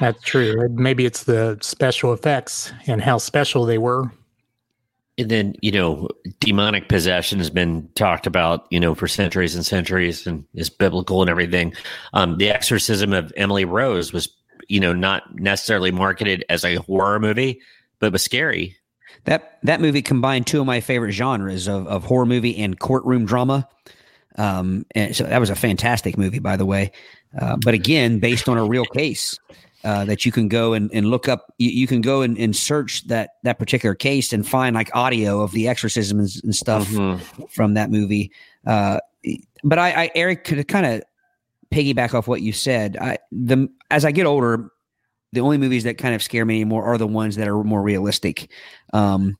B: That's true. Maybe it's the special effects and how special they were.
C: and then you know, demonic possession has been talked about, you know, for centuries and centuries, and is biblical and everything. Um, the exorcism of Emily Rose was, you know, not necessarily marketed as a horror movie, but was scary.
D: That that movie combined two of my favorite genres of, of horror movie and courtroom drama. Um, and so that was a fantastic movie, by the way. Uh, but again, based on a real case uh, that you can go and, and look up, you, you can go and, and search that that particular case and find like audio of the exorcism and, and
C: Mm-hmm.
D: stuff from that movie. Uh, but I, I Eric, could kind of piggyback off what you said. I the as I get older, the only movies that kind of scare me anymore are the ones that are more realistic. Um,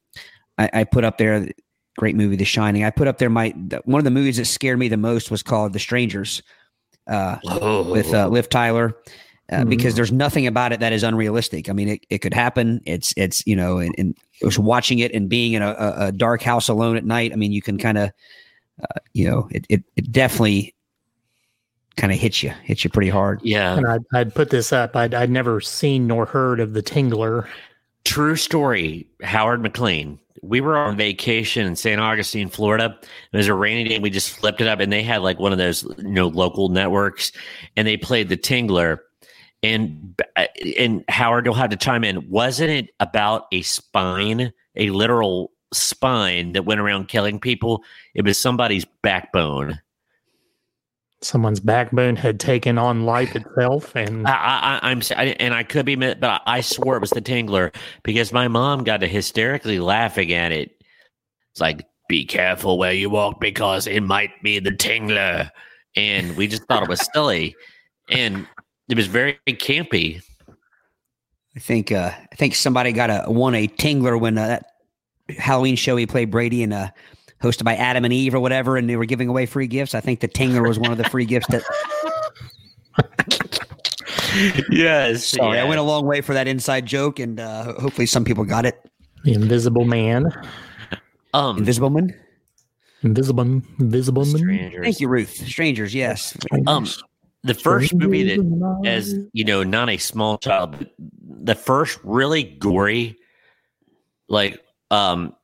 D: I, I put up there great movie, The Shining. I put up there my the, one of the movies that scared me the most was called The Strangers uh,
C: Oh. Hmm.
D: with uh, Liv Tyler. Uh,
B: Mhm.
D: because there's nothing about it that is unrealistic. I mean, it, it could happen. It's it's you know, and, and it was watching it and being in a, a, a dark house alone at night. I mean, you can kind of, uh, you know, it it, it definitely kind of hits you, hits you pretty hard.
C: yeah,
B: And I'd, I'd put this up. I'd, I'd never seen nor heard of the Tingler.
C: True story, Howard McLean. We were on vacation in St. Augustine, Florida. It was a rainy day. And we just flipped it up, and they had like one of those, you know, local networks, and they played the Tingler. And uh, and Howard, you'll have to chime in. Wasn't it about a spine, a literal spine that went around killing people? It was somebody's backbone.
B: Someone's backbone had taken on life itself. And
C: I, I, I- I'm s- I, and I could be, mi- but I, I swore it was the Tingler because my mom got to hysterically laughing at it. It's like, be careful where you walk because it might be the Tingler, and we just thought it was silly, and it was very campy.
D: I think uh, I think somebody got a won a tingler when uh, that Halloween show he played Brady and uh, hosted by Adam and Eve or whatever, and they were giving away free gifts. I think the tingler was one of the free gifts that.
C: yes,
D: Sorry, I
C: yes.
D: went a long way for that inside joke, and uh, hopefully some people got it.
B: the Invisible Man.
C: Um,
D: Invisible Man.
B: Invisible, invisible man.
C: strangers.
D: Thank you, Ruth. Strangers, yes.
C: Um, the first movie that
B: Invisible Man.
C: as you know, not a small child, but the first really gory, like um,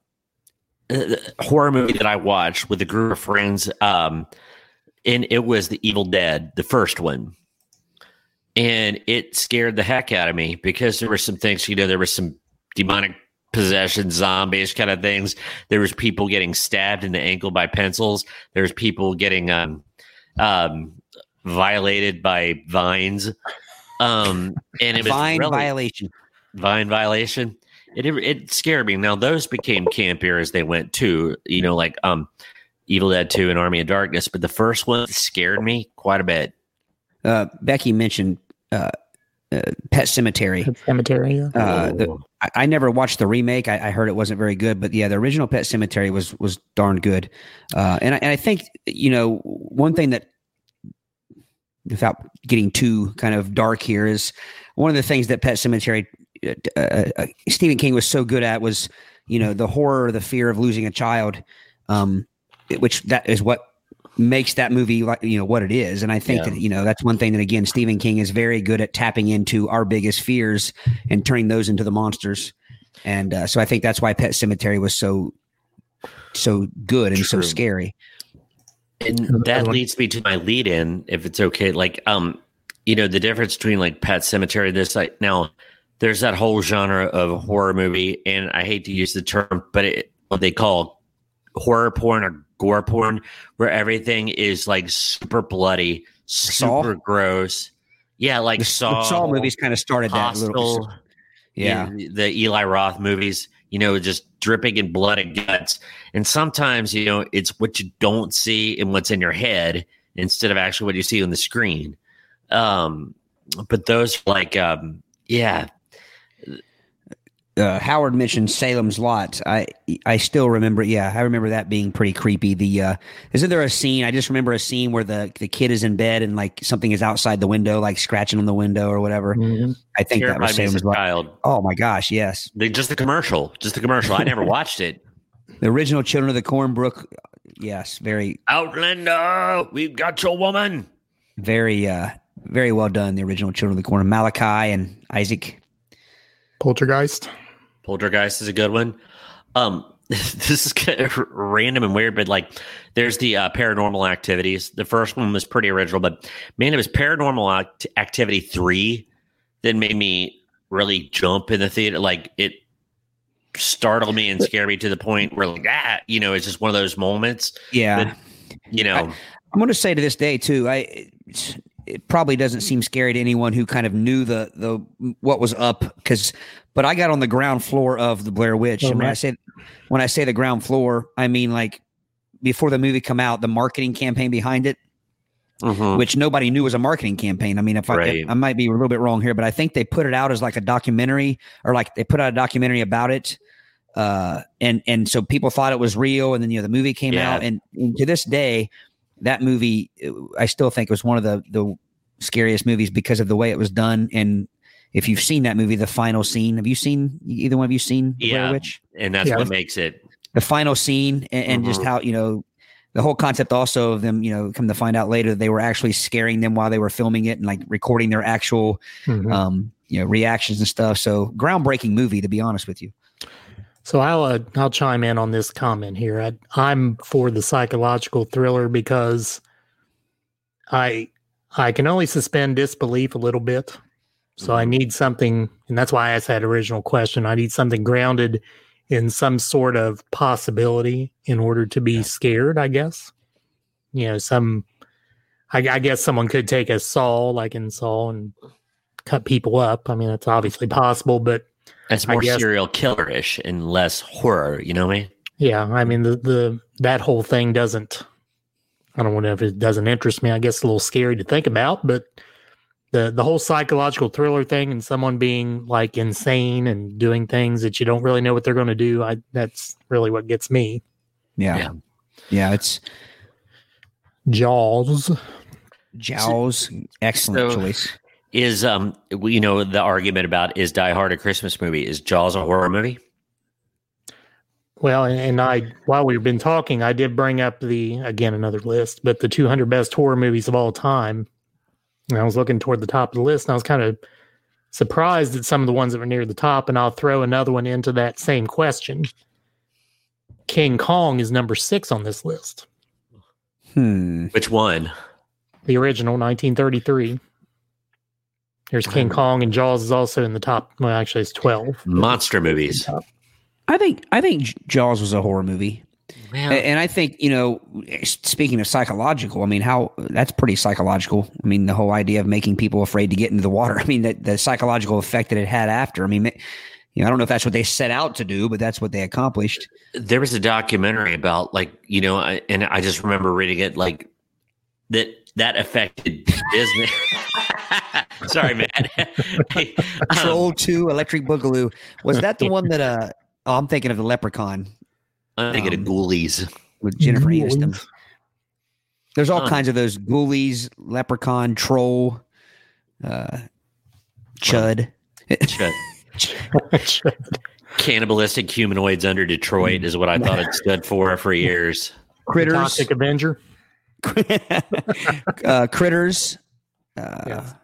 C: uh, horror movie that I watched with a group of friends, um, and it was The Evil Dead, the first one, and it scared the heck out of me because there were some things, you know, there was some demonic possession, zombies kind of things. There was people getting stabbed in the ankle by pencils. There was people getting um, um, violated by vines. Um, and it was
D: Fine
C: really-
D: violation.
C: vine violation. It it scared me. Now those became campier as they went too. You know, like um, Evil Dead Two and Army of Darkness. But the first one scared me quite a bit.
D: Uh, Becky mentioned uh, uh, Pet Cemetery.
B: cemetery. yeah.
D: Uh, the- I, I never watched the remake. I, I heard it wasn't very good, but yeah, the original Pet Cemetery was was darn good. Uh, and I, and I think you know one thing that, without getting too kind of dark here, is one of the things that Pet Cemetery uh, uh, uh, Stephen King was so good at was you know the horror, the fear of losing a child, um, it- which that is what makes that movie like you know what it is and i think
C: Yeah.
D: that you know that's one thing that again stephen king is very good at tapping into our biggest fears and turning those into the monsters. And uh, so I think that's why Pet Cemetery was so so good and so
C: True.
D: scary.
C: and that
B: Everyone-
C: leads me to my lead in if it's okay like um you know the difference between like pet cemetery this like now there's that whole genre of horror movie and i hate to use the term but it what they call horror porn or gore porn where everything is like super bloody
D: Saw?
C: super gross yeah like
D: the,
C: saw,
D: the Saw movies kind of started that a little
C: Hostel,
D: bit. Yeah.
C: the- the Eli Roth movies, you know, just dripping in blood and guts. And sometimes, you know, it's what you don't see and what's in your head instead of actually what you see on the screen. Um, but those like um, yeah,
D: uh, Howard mentioned Salem's Lot. I I still remember. Yeah, I remember that being pretty creepy. The uh, isn't there a scene? I just remember a scene where the the kid is in bed and like something is outside the window, like scratching on the window or whatever.
B: mm-hmm,
D: I think
C: terrified
D: that was
C: me as a
D: Salem's Lot.
C: child.
D: Oh my gosh, yes,
C: They, just the commercial, just the commercial. I never watched it.
D: the original Children of the Corn Brook. Yes, very
C: Outlander, we've got your woman.
D: very uh very well done. The original Children of the Corn, Malachi and Isaac.
B: Poltergeist.
C: Poltergeist is a good one. Um, this is kind of random and weird, but like, there's the uh, paranormal activities. The first one was pretty original, but man, it was paranormal act- activity three that made me really jump in the theater. Like it startled me and scared me to the point where like ah, you know, it's just one of those moments.
D: Yeah,
C: But- You know,
D: I'm going to say to this day too. I it's- it probably doesn't seem scary to anyone who kind of knew the the what was up because. But I got on the ground floor of the Blair Witch,
B: Oh,
D: and when I
B: right.
D: say when I say the ground floor, I mean like before the movie come out, the marketing campaign behind it,
B: mm-hmm.
C: Mhm.
D: which nobody knew was a marketing campaign. I mean, if
C: Right.
D: I I might be a little bit wrong here, but I think they put it out as like a documentary, or like they put out a documentary about it, uh, and and so people thought it was real, and then you know the movie came
C: Yeah.
D: out, and, and to this day, that movie uh, I still think was one of the the scariest movies because of the way it was done. And if you've seen that movie, the final scene, have you seen either one? Have you seen The
C: Yeah.
D: Blair Witch?
C: and that's
B: Yeah.
C: what makes it
D: the final scene and, and just
C: Mhm.
D: how you know the whole concept also of them you know come to find out later they were actually scaring them while they were filming it and like recording their actual
B: Mhm.
D: um you know reactions and stuff so groundbreaking movie to be honest with you
B: So I'll uh, I'll chime in on this comment here. I, I'm for the psychological thriller because I I can only suspend disbelief a little bit. So I need something, and that's why I asked that original question. I need something grounded in some sort of possibility in order to be scared. I guess you know some. I, I guess someone could take a saw, like in Saw, and cut people up. I mean, that's obviously possible, but
C: that's
B: I
C: more
B: guess-
C: serial killerish and less horror. You know what I mean?
B: Yeah, I mean the the that whole thing doesn't. I don't know if it doesn't interest me. I guess it's a little scary to think about, but the the whole psychological thriller thing and someone being like insane and doing things that you don't really know what they're going to do. I that's really what gets me.
D: yeah
C: Yeah.
D: yeah, it's
B: Jaws.
D: jaws excellent
C: so-
D: choice
C: Is um you know the argument about is Die Hard a Christmas movie? Is Jaws a horror movie?
B: Well, and, and I while we've been talking, I did bring up the again another list, but the 200 best horror movies of all time. And I was looking toward the top of the list, and I was kind of surprised at some of the ones that were near the top. And I'll throw another one into that same question. King Kong is number six on this list,
D: hmm
C: Which one?
B: the original 1933. Here's King Kong, and Jaws is also in the top. Well, actually, it's 12.
C: Monster movies.
D: i think i think J- jaws was a horror movie
C: Well,
D: A- and i think you know s- speaking of psychological i mean how that's pretty psychological i mean the whole idea of making people afraid to get into the water i mean that the psychological effect that it had after i mean ma- you know, i don't know if that's what they set out to do but that's what they accomplished
C: there was a documentary about like you know, I, and I just remember reading it like that that affected business. Sorry, man. Uh-huh. Um,
D: troll 2 electric boogaloo was that the one that uh oh, i'm thinking of the leprechaun
C: I'm thinking of
D: Um,
C: Ghoulies.
D: with jennifer aniston
B: Ghoulies.
D: there's all
C: Huh.
D: kinds of those ghoulies leprechaun troll uh chud
C: Shit. Cannibalistic humanoids under Detroit is what I thought it stood for for years.
D: critters
B: Toxic Avenger.
D: uh, critters. Uh,
B: Yes.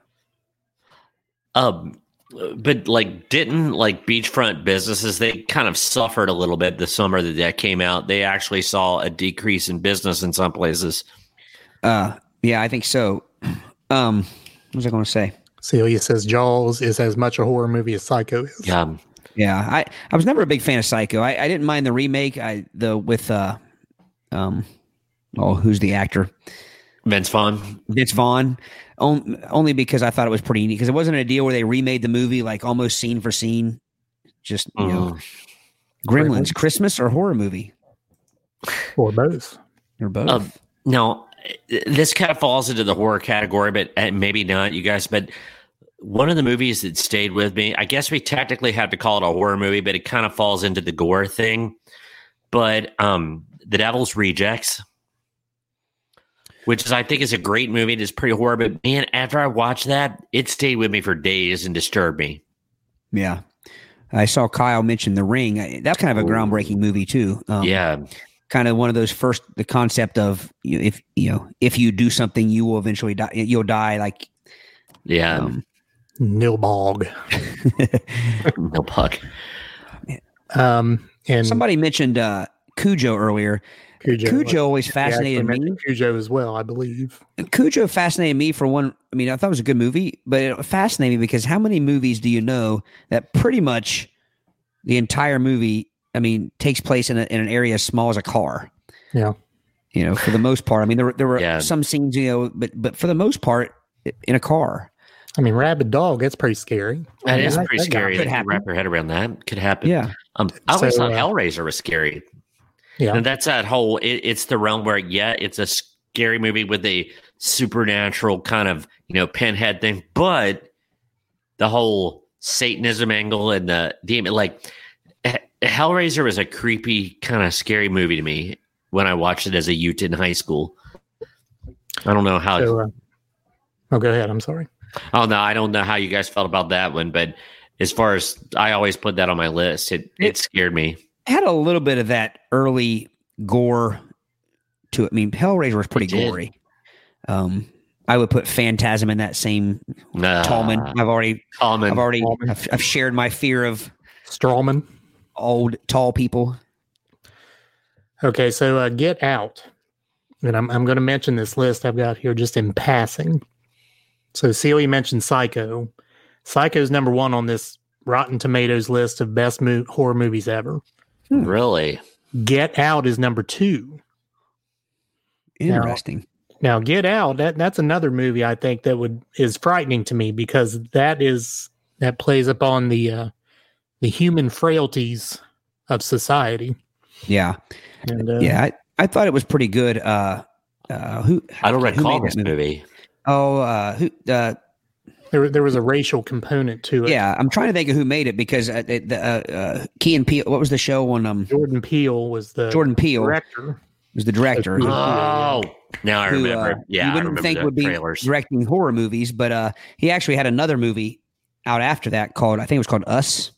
C: Um, but like, didn't like beachfront businesses? They kind of suffered a little bit the summer that that came out. They actually saw a decrease in business in some places.
D: uh, yeah, I think so. Um, what was I going to say?
B: Celia says Jaws is as much a horror movie as Psycho is.
C: Um,
D: Yeah, I, I was never a big fan of Psycho. I, I didn't mind the remake. I the with uh, um, oh, who's the actor?
C: Vince Vaughn.
D: Vince Vaughn. On, only because I thought it was pretty neat because it wasn't a deal where they remade the movie like almost scene for scene. Just you
C: Mm-hmm.
D: know, Gremlins, Christmas or horror movie
B: Or both.
D: or both.
C: Um, Now, this kind of falls into the horror category, but and maybe not, you guys. But one of the movies that stayed with me, I guess we technically have to call it a horror movie, but it kind of falls into the gore thing. But um, The Devil's Rejects, which is I think is a great movie. It is pretty horror, but man, after I watched that, it stayed with me for days and disturbed me.
D: Yeah. I saw Kyle mention The Ring. I- That's kind of a groundbreaking movie too. Um,
C: yeah,
D: Kind of one of those first the concept of you know, if you know if you do something you will eventually die. You'll die like
C: yeah,
D: um,
B: Nilbog.
C: no puck.
B: Um, and
D: somebody mentioned uh, Cujo earlier.
B: Cujo,
D: Cujo always
B: Yeah, I
D: fascinated me.
B: mentioned Cujo as well, I believe.
D: Cujo fascinated me for one. I mean, I thought it was a good movie, but it fascinated me because how many movies do you know that pretty much the entire movie, I mean, takes place in, a, in an area as small as a car?
B: Yeah.
D: You know, for the most part. I mean, there, were- there were
C: Yeah.
D: some scenes, you know, but, but for the most part, i- in a car.
B: I mean, rabid dog. That's pretty scary.
C: That
B: Yeah,
C: is
B: that-
C: pretty
B: that guy
C: scary.
D: could
C: That you
D: happen.
C: wrap your head around that could happen.
D: Yeah.
C: Um, I always
B: So,
C: thought
B: uh,
C: Hellraiser was scary.
B: Yeah.
C: And that's that whole, it, it's the realm where, yeah, it's a scary movie with a supernatural kind of, you know, pinhead thing, but the whole Satanism angle and the demon, like H- Hellraiser was a creepy, kind of scary movie to me when I watched it as a youth in high school. I don't know how
B: So, uh, oh, go ahead. I'm sorry.
C: Oh no, I don't know how you guys felt about that one, but as far as I always put that on my list, it it,
D: It-
C: scared me.
D: It had a little bit of that early gore to it. I mean, Hellraiser was pretty
C: It did.
D: gory. Um, I would put Phantasm in that same
C: Nah,
D: Tallman. I've already
C: Ah, Tallman.
D: I've already
B: Tall men.
D: I've, I've shared my fear of
B: Strawman.
D: old tall people.
B: Okay, so uh, Get Out. And I'm, I'm going to mention this list I've got here just in passing. So Celia mentioned Psycho. Psycho's number one on this Rotten Tomatoes list of best mo- horror movies ever.
C: really?
B: Get Out is number two.
D: Interesting.
B: Now, Get Out, that, that's another movie I think that would is frightening to me because that is that plays upon the uh, the human frailties of society.
D: Yeah.
B: And uh,
D: Yeah. I, I thought it was pretty good. Uh uh who
C: I don't
D: who
C: recall
D: made
C: this
D: that
C: movie.
D: Oh uh who uh
B: there there was a racial component to it.
D: yeah, I'm trying to think of who made it because uh, the- the uh, uh Key and Peele what was the show on um
B: Jordan Peele was the
D: Jordan Peele
B: director.
D: was the director.
B: Jordan
C: Oh, now I
D: who,
C: remember.
D: uh,
C: yeah,
D: you
C: I
D: wouldn't
C: remember
D: think
C: the
D: would be
C: trailers.
D: directing horror movies, but uh, he actually had another movie out after that called I think it was called Us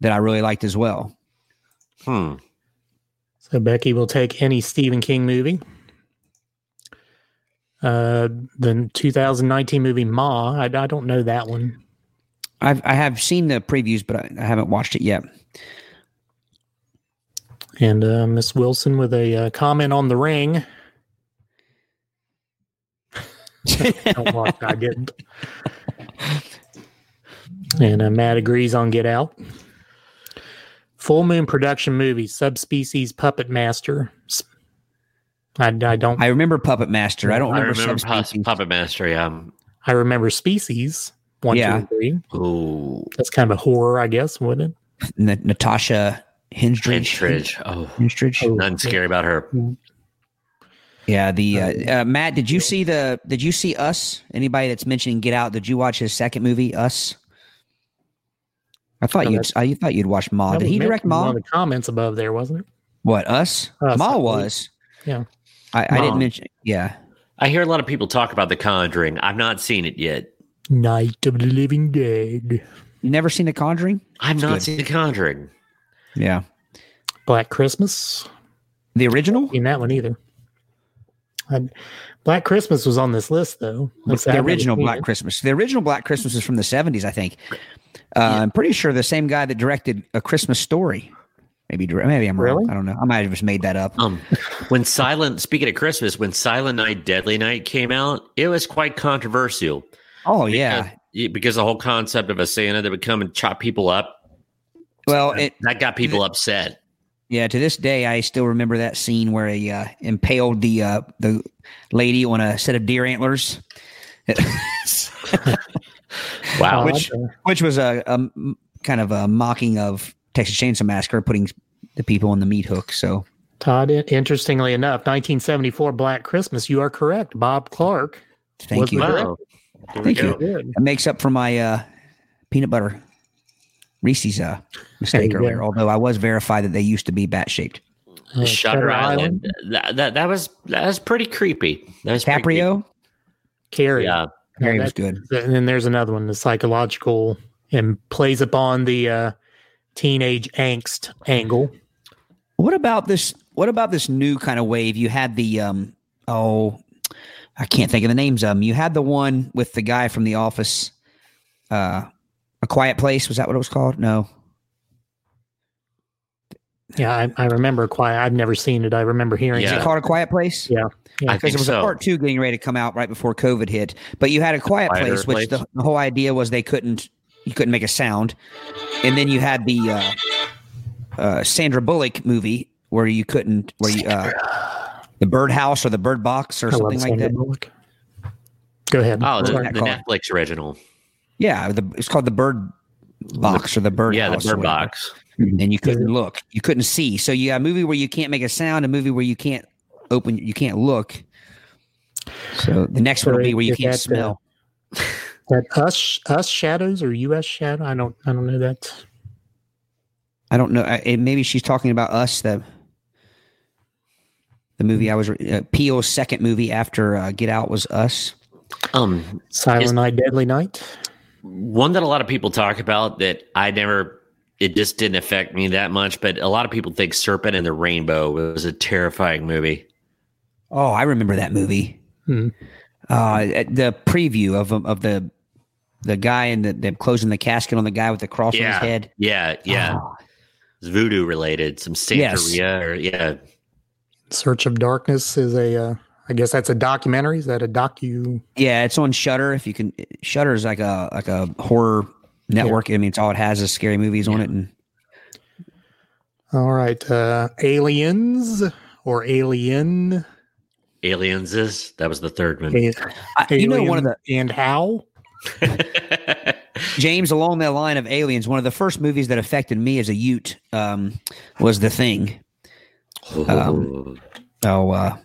D: that I really liked as well.
C: Hmm.
B: So Becky will take any Stephen King movie. Uh, the 2019 movie Ma. I, I don't know that one.
D: I've I have seen the previews, but I, I haven't watched it yet.
B: And uh, Miss Wilson with a uh, comment on The Ring. Don't watch. I didn't. And uh, Matt agrees on Get Out. Full Moon production movie Subspecies Puppet Master. S- I, I don't.
D: I remember Puppet Master. I don't
C: I
D: remember,
C: remember Pu-
D: Subspecies.
C: Puppet Master. Yeah.
B: I remember Species. One, two,
D: Yeah.
B: and three.
C: Ooh,
B: That's kind of a horror, I guess, wouldn't it?
D: Na- Natasha Hindridge.
C: Trindridge. Oh,
D: Hindridge.
B: Oh.
C: nothing scary about her.
D: Yeah. The
B: Um,
D: uh, uh, Matt, did you see the? Did you see Us? Anybody that's mentioning Get Out? Did you watch his second movie, Us? I thought
B: No,
D: you'd. I you thought you'd watch Ma.
B: That
D: Did
B: was
D: he
B: mentioned
D: direct
B: in One
D: Ma?
B: of the comments above there, wasn't it?
D: What Us?
B: Us, I
D: Ma
B: believe.
D: was.
B: Yeah.
D: I, I
C: Ma.
D: didn't mention. Yeah.
C: I hear a lot of people talk about The Conjuring. I've not seen it yet.
B: Night of the Living Dead,
D: You never seen The Conjuring?
C: I've not
D: good.
C: seen The Conjuring.
D: Yeah.
B: Black Christmas.
D: The original.
B: Seen that one either. I, Black Christmas was on this list though. Like I said,
D: the
B: I've never
D: original
B: seen
D: Black
B: it.
D: Christmas. The original Black Christmas is from the seventies, I think. Uh, I'm pretty sure the same guy that directed A Christmas Story. Maybe dir- maybe I'm
B: Really?
D: wrong. I don't know. I might have just made that up.
C: Um, when Silent, speaking of Christmas, when Silent Night, Deadly Night came out, it was quite controversial.
D: Oh yeah.
C: Because- Because the whole concept of a Santa that would come and chop people up,
D: Well, it,
C: that got people upset.
D: yeah. To this day, I still remember that scene where he uh, impaled the uh, the lady on a set of deer antlers,
C: Wow.
D: Which-
B: Oh,
D: which was a, a m- kind of a mocking of Texas Chainsaw Massacre, putting the people on the meat hook. So
B: Todd, in- interestingly enough, 1974 Black Christmas. You are correct. Bob Clark.
D: Thank
B: Was
D: you.
B: the-
C: Wow. There we
D: Thank you.
C: go.
B: Good.
D: It makes up for my uh, peanut butter Reese's uh, mistake
B: There you go.
D: earlier. Although I was verified that they used to be bat shaped. Oh,
B: Uh,
C: Shutter
B: Shutter
C: Island. That, that that was that was pretty creepy. That was pretty
D: Caprio,
C: creepy.
B: Carrie.
C: Yeah.
D: Carrie
B: Yeah,
D: was good.
B: And then there's another one, the psychological, and plays upon the uh, teenage angst angle.
D: What about this? What about this new kind of wave? You had the um, oh, I can't think of the names of them. You had the one with the guy from The Office, uh, A Quiet Place. Was that what it was called? No,
B: Yeah, I, I remember quiet. I've never seen it. I remember hearing
D: is
C: Yeah.
D: it called A Quiet Place?
C: I
D: because
C: think
D: it was
C: so.
D: a part two getting ready to come out right before COVID hit. But you had a quiet
C: Quieter
D: place, which
C: place.
D: The, the whole idea was they couldn't you couldn't make a sound, and then you had the uh, uh, Sandra Bullock movie where you couldn't where you uh, the birdhouse or the bird box or
B: I
D: something
B: love
D: like
B: Sandra
D: that.
B: Bullock. Go ahead.
C: Oh, the,
D: Sorry.
C: the Netflix original.
D: Yeah, the, it's called the bird box or the bird
C: yeah, the
D: house or
C: bird
D: whatever.
C: box.
D: and you couldn't look you couldn't see so you got a movie where you can't make a sound a movie where you can't open you can't look so the next one will be where you
B: Is
D: can't
B: that, uh,
D: smell
B: that us us shadows or us shadow? I don't I don't know that.
D: I don't know. I, it, maybe she's talking about us. The the movie I was re- uh, Peel's second movie after uh, Get Out was Us.
C: Um,
B: Silent
C: Is-
B: Night, Deadly Night.
C: one that a lot of people talk about that I never it just didn't affect me that much, but a lot of people think Serpent and the Rainbow was a terrifying movie.
D: Oh, I remember that movie.
B: Hmm.
D: Uh, at the preview of of the the guy and the, them closing the casket on the guy with the cross on
C: Yeah.
D: his head.
C: Yeah, yeah.
D: Oh,
C: It's voodoo related, some Santeria
D: Yes.
C: or yeah.
B: Search of Darkness is a. Uh, I guess that's a documentary. Is that a docu?
D: yeah, it's on Shutter. If you can, Shutter is like a like a horror network. I mean, it's all it has is scary movies on it. And
B: All right, uh, Aliens or Alien?
C: Aliens is that was the third one.
B: A-
D: I, you know, one of the
B: Alien and how?
D: James, along that line of aliens, one of the first movies that affected me as a Ute um, was The Thing. Um, Oh, uh,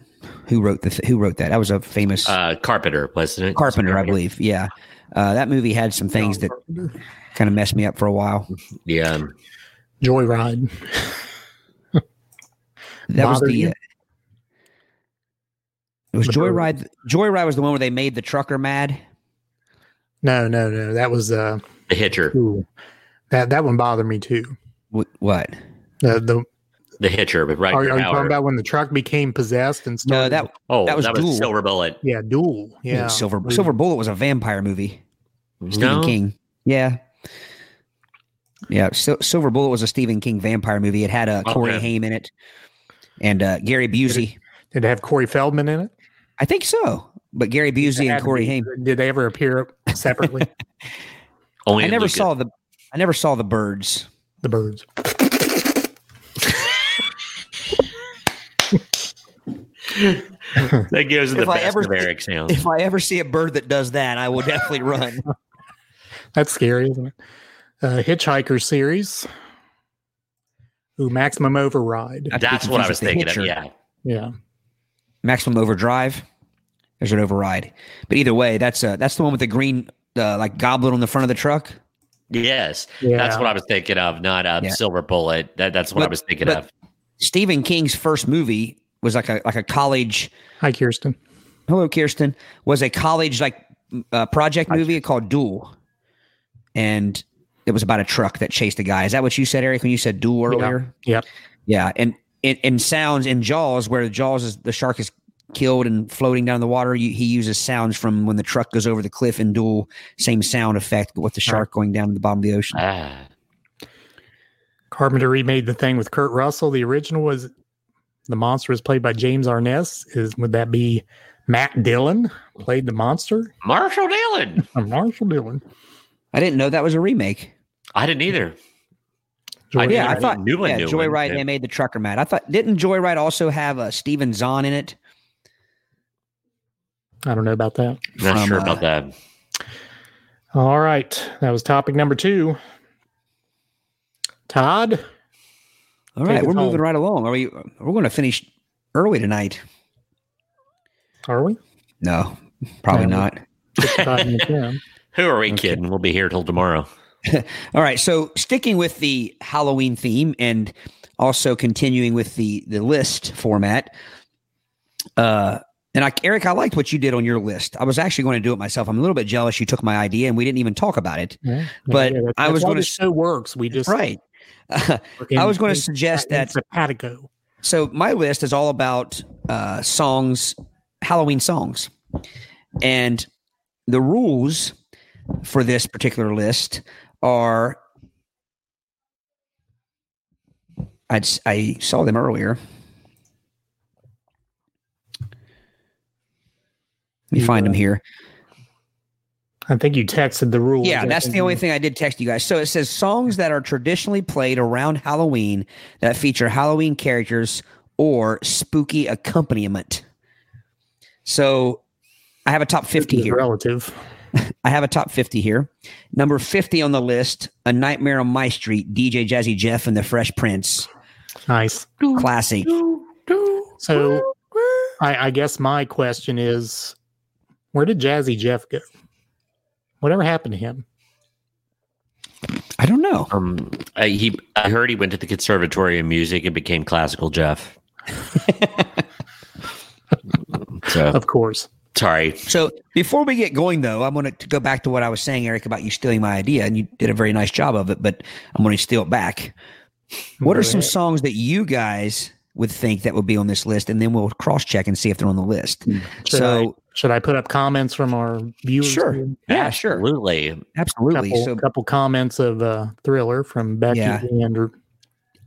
D: who wrote the th- Who wrote that? That was a famous
C: uh Carpenter, wasn't it?
D: Carpenter, I believe. Yeah, uh, that movie had some things that kind of messed me up for a while.
C: Yeah.
B: Joyride.
D: That was
B: Bother
D: the.
B: you?
D: Uh, it was
B: The bird.
D: Joyride. Joyride was the one where they made the trucker mad.
B: No, no, no. That was uh,
C: The Hitcher.
B: ooh, that that one bothered me too.
D: Wh- what?
B: The the
C: The Hitcher, but right.
B: are, are you
C: now.
B: talking about when the truck became possessed and started?
D: No, that
C: oh, that
D: That was
C: was,
D: Duel.
C: Silver Bullet.
B: yeah, duel. Yeah,
D: Silver Silver Bullet was a vampire movie. Stephen
C: no?
D: King. Yeah. Yeah. Sil- Silver Bullet was a Stephen King vampire movie. It had uh, Corey
C: Okay.
D: Haim in it and uh, Gary Busey.
B: Did it have Corey Feldman in it?
D: I think so. But Gary Busey
B: Had
D: and
B: to
D: Corey
B: be.
D: Haim.
B: Did they ever appear separately?
C: Only
D: I
C: in
D: never
C: Lucas.
D: saw the I never saw the birds.
B: the birds.
C: that gives it the
D: If I
C: best
D: ever
C: of Eric sound.
D: If I ever see a bird that does that, I will definitely run.
B: That's scary, isn't it? Uh, Hitchhiker series. Ooh, Maximum Override.
D: Not to be
C: That's what I was
D: confused with The
C: thinking of.
D: Hitcher.
C: Yeah.
B: Yeah.
D: Maximum overdrive. There's an override. But either way, that's uh that's the one with the green uh, like goblet on the front of the truck.
C: Yes.
B: yeah.
C: That's what I was thinking of, not um,
D: Yeah.
C: Silver Bullet. That, that's what I
D: But-
C: was thinking
D: but-
C: of.
D: Stephen King's first movie was like a like a college
B: Hi, Kirsten.
D: hello kirsten was a college like m- uh, project movie called duel and it was about a truck that chased a guy is that what you said eric when you said duel earlier
B: Yep.
D: yeah and in, in sounds in jaws where jaws is the shark is killed and floating down the water you, he uses sounds from when the truck goes over the cliff in duel same sound effect with the shark going down to the bottom of the ocean
C: Ah.
B: Carpenter remade the thing with Kurt Russell. The original was the monster is played by James Arness. Is would that be Matt Dillon played the monster?
C: Marshall Dillon.
B: Or Marshall Dillon.
D: i didn't know that was a remake
C: I didn't either. I
B: Joy
C: did.
D: yeah, I
B: Ride.
D: thought
C: New one,
D: yeah,
C: new one,
D: Joyride.
C: yeah.
D: They made the trucker mad. I thought didn't Joyride also have uh, Steven Zahn in it?
B: I don't know about that.
C: Not
D: From,
C: sure
D: uh,
C: about that.
B: All right. That was topic number two. Todd,
D: All right,
B: Take us
D: we're moving
B: home.
D: right along. Are we? We're going to finish early tonight.
B: Are we?
D: No, probably
B: No.
D: not.
B: Not in the gym.
C: Who are we
B: Okay.
C: kidding? We'll be here till tomorrow.
D: All right, so sticking with the Halloween theme and also continuing with the the list format. Uh, and I, Eric, I liked what you did on your list. I was actually going to do it myself. I'm a little bit jealous you took my idea and we didn't even talk about it.
B: Yeah.
D: But
B: Yeah, that's-
D: I
B: that's
D: was
B: how
D: gonna
B: this show works. We just
D: Right. I was going to suggest that.
B: Patago.
D: So my list is all about uh, songs, Halloween songs, and the rules for this particular list are. I'd, s- I saw them earlier. Let me
B: You,
D: find them
B: uh,
D: here.
B: I think you texted the rules.
D: Yeah,
B: I
D: that's
B: think
D: the only
B: you-
D: thing I did text you guys. So it says songs that are traditionally played around Halloween that feature Halloween characters or spooky accompaniment. So I have a top 50
B: is
D: here.
B: Relative.
D: I have a top 50 here. Number 50 on the list, A Nightmare on My Street, DJ Jazzy Jeff and the Fresh Prince.
B: Nice.
D: Classic.
B: So I, I guess my question is where did Jazzy Jeff go? Whatever happened to him?
D: I don't know.
C: Um, I, he, I heard he went to the Conservatory of Music and became classical Jeff. so
B: Of course.
C: sorry.
D: So before we get going, though, I'm going to go back to what I was saying, Eric, about you stealing my idea, and you did a very nice job of it, but I'm going to steal it back. What are some songs that you guys would think that would be on this list, and then we'll cross check and see if they're on the list?
B: Hmm. Should
D: so
B: Should I put up comments from our viewers?
D: Sure.
B: here?
D: yeah, sure,
C: Absolutely.
D: absolutely.
B: Couple,
D: So
B: couple comments of uh, Thriller from Becky
D: Yeah.
B: and Andrew.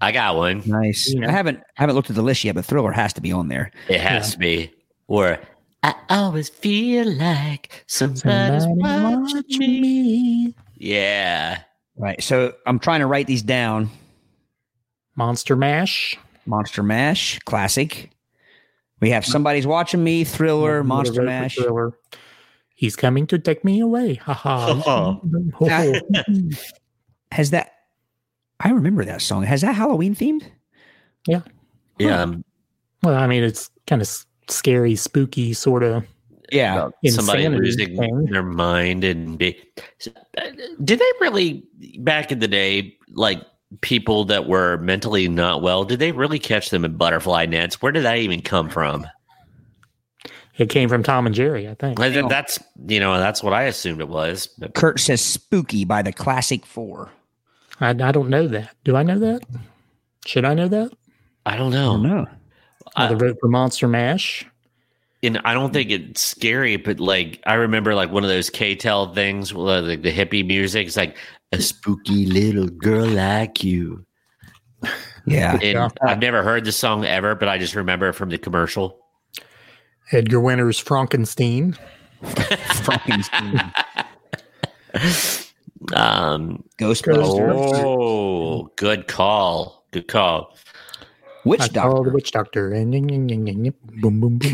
C: I got one.
D: nice.
B: you know.
D: I haven't I haven't looked at the list yet, but Thriller has to be on there.
C: It has to be. Or I always feel like somebody's
B: Somebody
C: watching
B: watch
C: me.
B: me.
C: Yeah.
D: Right. So I'm trying to write these down.
B: Monster Mash.
D: Monster Mash, classic. We have somebody's watching me. Thriller,
B: Yeah,
D: Monster
B: Motorboat
D: Mash.
B: Thriller. He's coming to take me away. Ha ha.
C: Oh.
D: Has that? I remember that song. Has that Halloween themed?
C: Yeah. um,
B: well, I mean, it's kind of scary, spooky sort of.
D: Yeah.
C: somebody
B: Insanity
C: losing
B: thing.
C: their mind and be. uh, Did they really, back in the day, like people that were mentally not well, did they really catch them in butterfly nets? Where did that even come from?
B: It came from Tom and Jerry, I think.
C: I think That's, you know, that's what I assumed it was. But
D: Kurt says spooky by the Classic Four.
B: I, I don't know that. Do I know that? Should I know that?
C: I don't
B: Oh,
C: know.
D: no.
C: I-
B: Another vote for Monster Mash.
C: And I don't think it's scary, but like I remember like one of those K-Tel things, where, like the hippie music. It's like a spooky little girl like you.
D: Yeah.
C: And I've never heard the song ever, but I just remember it from the commercial.
B: Edgar Winter's Frankenstein.
D: Frankenstein.
C: Um,
D: Ghostbusters.
C: oh, good call. Good call.
D: Witch
B: I call the
D: Doctor.
B: Witch Doctor. And ying, ying, ying, ying, ying. boom, boom, boom.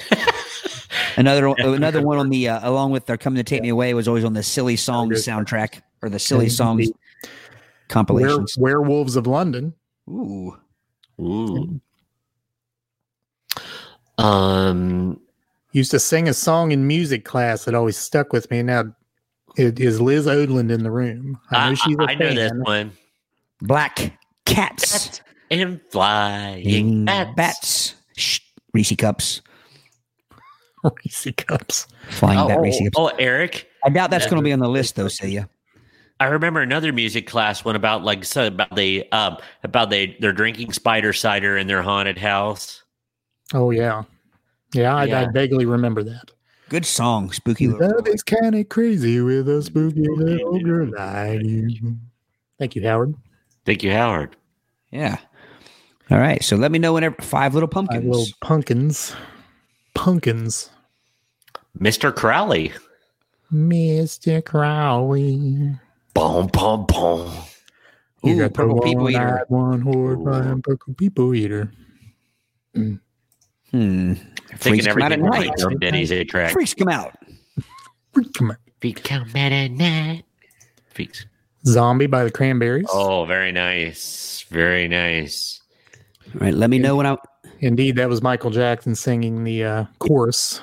D: Another another one on the uh, along with "They're Coming to Take Me Away" was always on the silly songs soundtrack or the silly songs
B: Were,
D: compilations.
B: werewolves of London.
D: Ooh.
C: Ooh. Um,
B: Used to sing a song in music class that always stuck with me. Now, it is Liz Odland in the room? I know
C: I,
B: she's a
C: I know this
B: fan.
C: one.
D: Black cats,
C: Cats and flying bats.
D: bats, Shh. Reese cups,
B: Reese cups.
D: flying
C: Oh,
D: bat Reese
C: oh,
D: cups.
C: oh, Eric.
D: I doubt that's going to be on the list though, Celia.
C: I remember another music class one about like so about the um about they they're drinking spider cider in their haunted house.
B: Oh yeah, yeah. I, I
C: Yeah.
B: vaguely remember that.
D: Good song, spooky. little
B: Love
D: girl.
B: is kind of crazy with a spooky little girl like you. Thank you, Howard.
C: Thank you, Howard.
D: Yeah. All right. So let me know whenever five little
B: My
D: pumpkins.
B: little pumpkins, pumpkins,
C: Mr. Crowley.
B: Mister Crowley.
C: Boom, boom, boom.
D: Ooh, purple people eater.
B: One horse, one purple people eater.
D: Hmm. Freaks
C: Thinking
D: come out at
C: everything
D: night.
C: like from Denny's a track.
D: Freaks come out.
B: Come on.
C: Freaks come out at night. Freaks.
B: Zombie by the Cranberries.
C: Oh, very nice. Very nice.
D: All right, let me know when I.
B: Indeed, that was Michael Jackson singing the uh, chorus.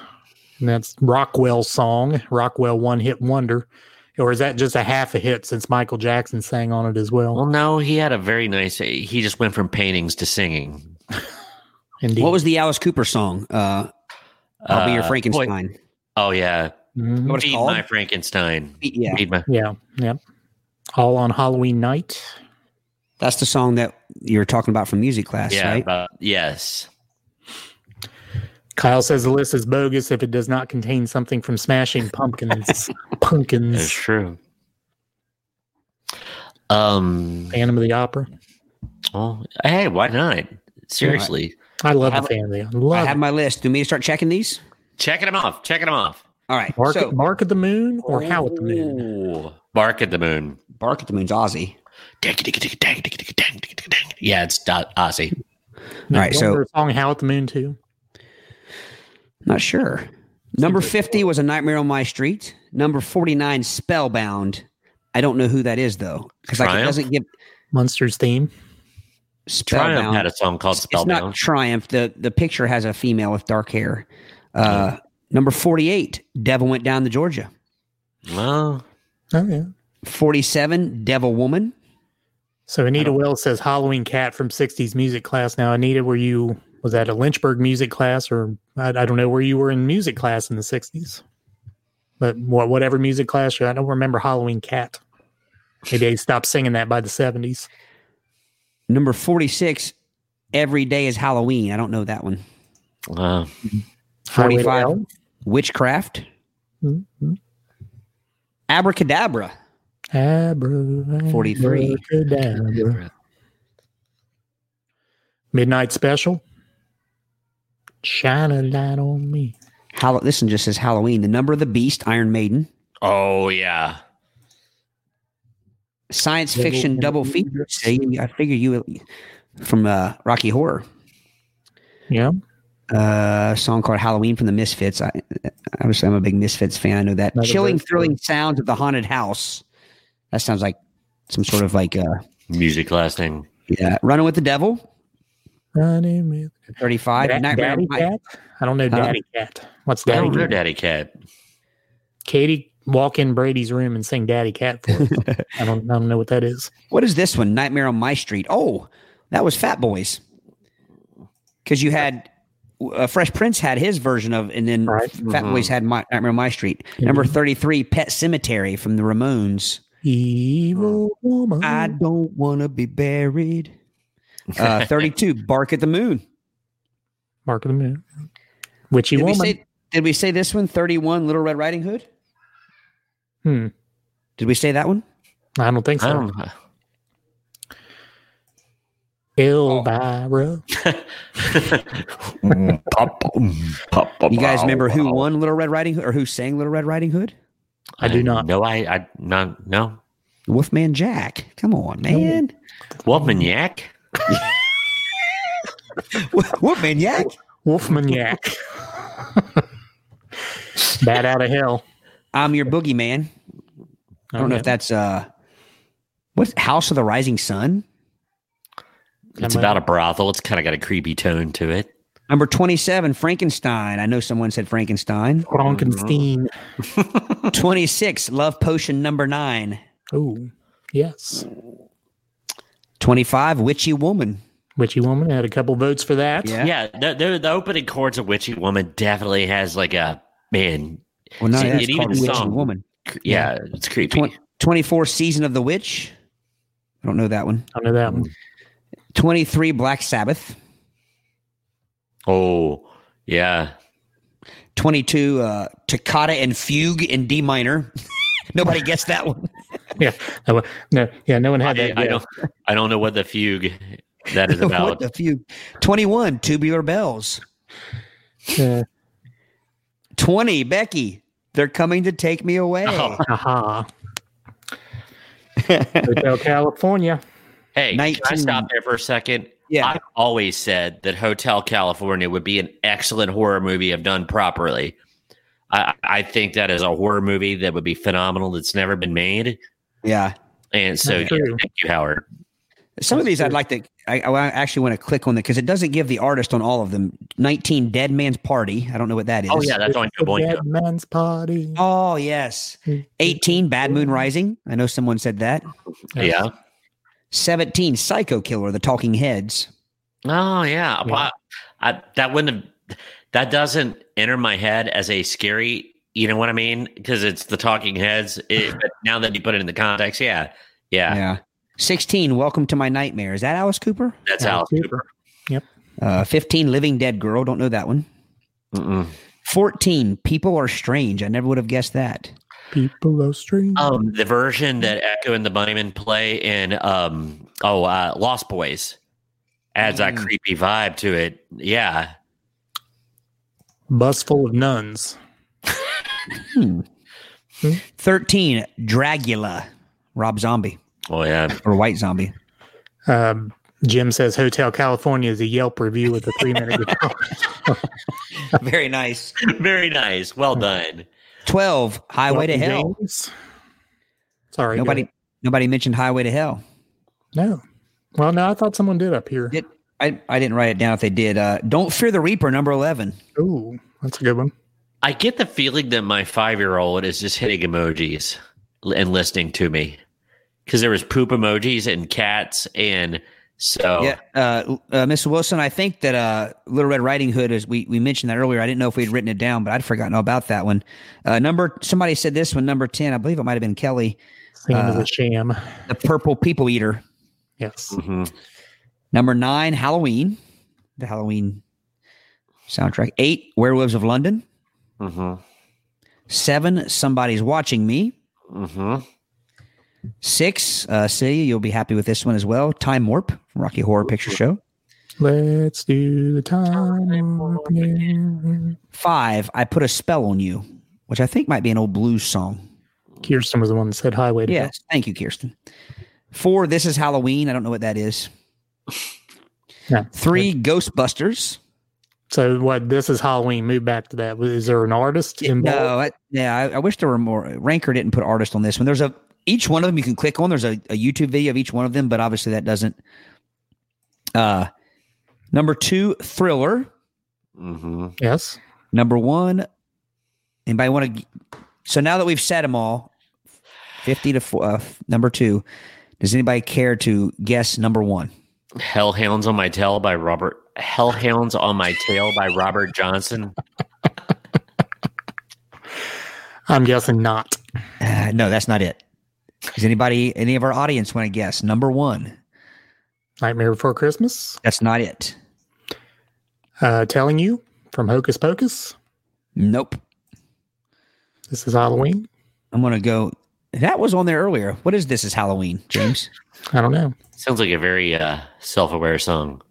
B: And that's Rockwell's song, Rockwell One Hit Wonder. Or is that just a half a hit since Michael Jackson sang on it as
C: Well,
B: well?
C: no, he had a very nice. He just went from paintings to singing.
B: Indeed.
D: What was the Alice Cooper song? Uh, I'll be your
C: Uh, boy-
D: Frankenstein.
C: oh yeah,
B: Mhm.
D: What it's
C: feed
D: called?
C: my Frankenstein.
D: Yeah,
C: Feed my-
B: Yeah, yeah. All on Halloween night.
D: that's the song that you were talking about from music class,
C: yeah,
D: right?
C: but- yes.
B: Kyle says the list is bogus if it does not contain something from Smashing Pumpkins.
C: It's
B: Pumpkins,
C: true. Um.
B: Phantom of the Opera.
C: Well, hey, why not? Seriously,
B: I love
D: have-
B: the Phantom of the Opera.
D: I
B: Love
D: have
B: it.
D: my list. Do you want me to start checking these?
C: checking them off. Checking them off.
D: All right.
B: Bark,
D: so,
B: at, Bark at the Moon or How at the Moon?
C: Ooh. Bark at the moon.
D: Bark at the Moon's Ozzy.
C: Dang, dang, dang, dang, dang, dang, dang, dang. Yeah, it's ah, Do- Ozzy.
D: All right,
B: Wasn't
D: so-
B: there a song How at the Moon too.
D: Not sure. Number 50 was A Nightmare on My Street. Number 49, Spellbound. I don't know who that is, though, because like, it
C: Triumph?
D: doesn't give
B: Monsters theme.
C: Triumph had
D: Spellbound.
C: a song called
D: It's not
C: Spellbound.
D: Triumph. The, the picture has a female with dark hair. Uh,
C: Oh.
D: Number 48, Devil Went Down to Georgia.
C: Well,
B: Oh yeah.
D: 47, Devil Woman.
B: So Anita Wells says Halloween Cat from '60s music class. Now Anita, were you was that a Lynchburg music class or I, I don't know where you were in music class in the '60s, but what whatever music class you're, I don't remember Halloween Cat. Maybe they stopped singing that by the '70s.
D: Number 46, Every Day is Halloween. I don't know that one.
C: well, uh,
B: Highway
D: 45.
B: to Hell.
D: Witchcraft.
B: Mhm.
D: Abracadabra.
B: Abra-
D: 43.
B: abracadabra. Midnight Special. Shine a light on me.
D: Hall- this one just says Halloween. The Number of the Beast, Iron Maiden.
C: oh yeah.
D: science
B: Double
D: fiction
B: and
D: double feature.
B: features.
D: See, I figure you from uh, Rocky Horror,
B: Yeah.
D: uh, a song called Halloween from the Misfits. I obviously I'm a big Misfits fan. I know that
B: Another
D: chilling,
B: verse,
D: thrilling sounds of the haunted house. That sounds like some sort of like uh,
C: Music class thing.
D: yeah, Running with the Devil.
B: Running with
D: Thirty five.
B: Da-
D: Nightmare. on
B: Daddy
D: My-
B: Cat? I don't know
D: Huh?
B: Daddy Cat. What's
C: I
B: Daddy
C: don't know,
B: Cat?
C: Daddy Cat.
B: Katie, walk in Brady's room and sing Daddy Cat for us. I, don't, I don't know what that is.
D: What is this one? Nightmare on My Street. Oh, that was Fat Boys. Because you had uh, Fresh Prince had his version of, and then
B: Right.
D: Fat Boys had my, Nightmare on My Street. Number thirty three, Pet Cemetery from the Ramones.
B: Evil woman.
D: I don't want to be buried. Uh, 32, Bark at the Moon.
B: Mark of the moon. Witchy
D: Did we,
B: woman.
D: say, did we say this one? 31, Little Red Riding Hood?
B: hmm.
D: Did we say that one?
B: I don't think
C: I
B: so.
C: don't know.
B: Elvira.
C: Mm, pop, mm, pop, pop,
D: You guys
C: wow,
D: remember who
C: wow.
D: won Little Red Riding Hood or who sang Little Red Riding Hood?
B: I do not.
C: No, I, I not no.
D: Wolfman Jack. Come on, man.
C: Wolfman Yak.
D: Wolfman Jack?
B: Wolfman Yak. Bat out of hell.
D: I'm your boogeyman. I don't know if
B: Okay.
D: that's uh what's House of the Rising Sun?
C: It's
B: Am I-
C: about a brothel. It's kind of got a creepy tone to it.
D: Number 27, Frankenstein. I know someone said Frankenstein.
B: Frankenstein.
D: 26, Love Potion number 9.
B: Oh, yes.
D: 25, Witchy Woman.
B: Witchy woman had a couple votes for that.
D: Yeah.
C: Yeah, the, the, the opening chords of Witchy Woman definitely has like a man.
D: Well, no,
C: See,
D: that's
C: it even
D: called Witch
C: sung.
D: and Woman.
C: cr- Yeah, it's creepy.
D: Twen- 24 Season of the Witch. I don't know that one.
B: I know that one.
D: 23 Black Sabbath.
C: oh, yeah.
D: 22 uh, Toccata and Fugue in D minor. Nobody gets that one.
B: Yeah. That one- No, yeah, no one had
C: I,
B: that.
C: I
B: yet.
C: don't. I don't know what the fugue that is
D: what
C: about.
D: the fugue? 21 Tubular Bells.
B: Yeah.
D: 20 Becky. They're coming to take me away.
C: Oh.
B: Aha. Hotel California.
C: Hey, can I
D: 19.
C: stop there for a second?
D: Yeah.
C: I've always said that Hotel California would be an excellent horror movie if done properly. I, I think that is a horror movie that would be phenomenal that's never been made.
D: Yeah.
C: And so, yeah,
B: True.
C: thank you, Howard.
D: Some of
B: That's
D: these I'd
B: true.
D: like to. I, I actually want to click on the because it doesn't give the artist on all of them. Nineteen Dead Man's Party. I don't know what that is.
C: Oh yeah, that's
B: It's
C: on
B: the
C: your boy.
B: Dead man's party.
D: Oh yes. Eighteen Bad Moon Rising. I know someone said that.
C: Yeah.
D: Seventeen Psycho Killer. The Talking Heads.
C: Oh yeah,
B: Yeah.
C: Well, I, that wouldn't have. That doesn't enter my head as a scary. You know what I mean? Because it's the Talking Heads. It, but now that you put it in the context, yeah, yeah,
D: Sixteen Welcome to My Nightmare. Is that Alice Cooper?
C: that's
B: Yeah,
C: Alice Cooper.
D: Uh, Fifteen Living Dead Girl. Don't know that one.
C: Mm-mm.
D: Fourteen People Are Strange. I never would have guessed that.
B: People are strange.
C: Um, the version that Echo and the Bunnymen play in um oh uh, Lost Boys adds that
D: Mm.
C: creepy vibe to it. Yeah,
B: Bus full of nuns.
D: Hmm.
B: Hmm.
D: Thirteen Dragula. Rob Zombie
C: oh yeah,
D: or White Zombie.
B: Um, Jim says Hotel California is a Yelp review with a three minute.
D: Very nice.
C: very nice, well done.
D: 12 highway to hell
B: Sorry, go
D: nobody nobody mentioned highway to hell
B: No. Well, no, I thought someone did up here.
D: Did- i, I didn't write it down if they did uh, don't fear the reaper number 11
B: Ooh, that's a good one.
C: I get the feeling that my five year old is just hitting emojis l- and listening to me because there was poop emojis and cats and so
D: yeah uh, uh, mr wilson i think that uh, little red riding hood is we, we mentioned that earlier i didn't know if we'd written it down but i'd forgotten all about that one uh, number somebody said this one number 10 i believe it might have been kelly
B: Sand is
D: Uh,
B: a sham.
D: the purple people eater
B: Yes.
C: Mhm.
D: number 9 halloween the halloween soundtrack 8 werewolves of london
C: Mhm.
D: 7 somebody's watching me
C: Mhm.
D: Six, uh, Celia, you'll be happy with this one as well. Time Warp, Rocky Horror Picture Show.
B: Let's do the time. warp again.
D: Five, I Put a Spell on You, which I think might be an old blues song.
B: Kirsten was the one that said highway to
D: Yes. Thank you, Kirsten. Four, This is Halloween. I don't know what that is.
B: Yeah.
D: Three, Ghostbusters.
B: So what? This is Halloween. Move back to that. Is there an artist involved?
D: No, I, yeah, I, I wish there were more. Ranker didn't put artist on this one. There's a, each one of them you can click on. There's a, a YouTube video of each one of them, but obviously that doesn't. Uh, number two, Thriller.
C: Mhm.
B: Yes.
D: Number one, anybody want to? So now that we've said them all, fifty to four, uh, f- number two. Does anybody care to guess number one?
C: Hellhounds on my tail by Robert. Hellhounds on my tail by Robert Johnson.
B: I'm guessing not.
D: Uh, no, that's not it. Does anybody, any of our audience, want to guess number one?
B: Nightmare Before Christmas.
D: That's not it.
B: Uh, telling you from Hocus Pocus.
D: Nope.
B: This is Halloween.
D: I'm gonna go. That was on there earlier. What is this? Is Halloween, James?
B: I don't know.
C: Sounds like a very uh, self aware song.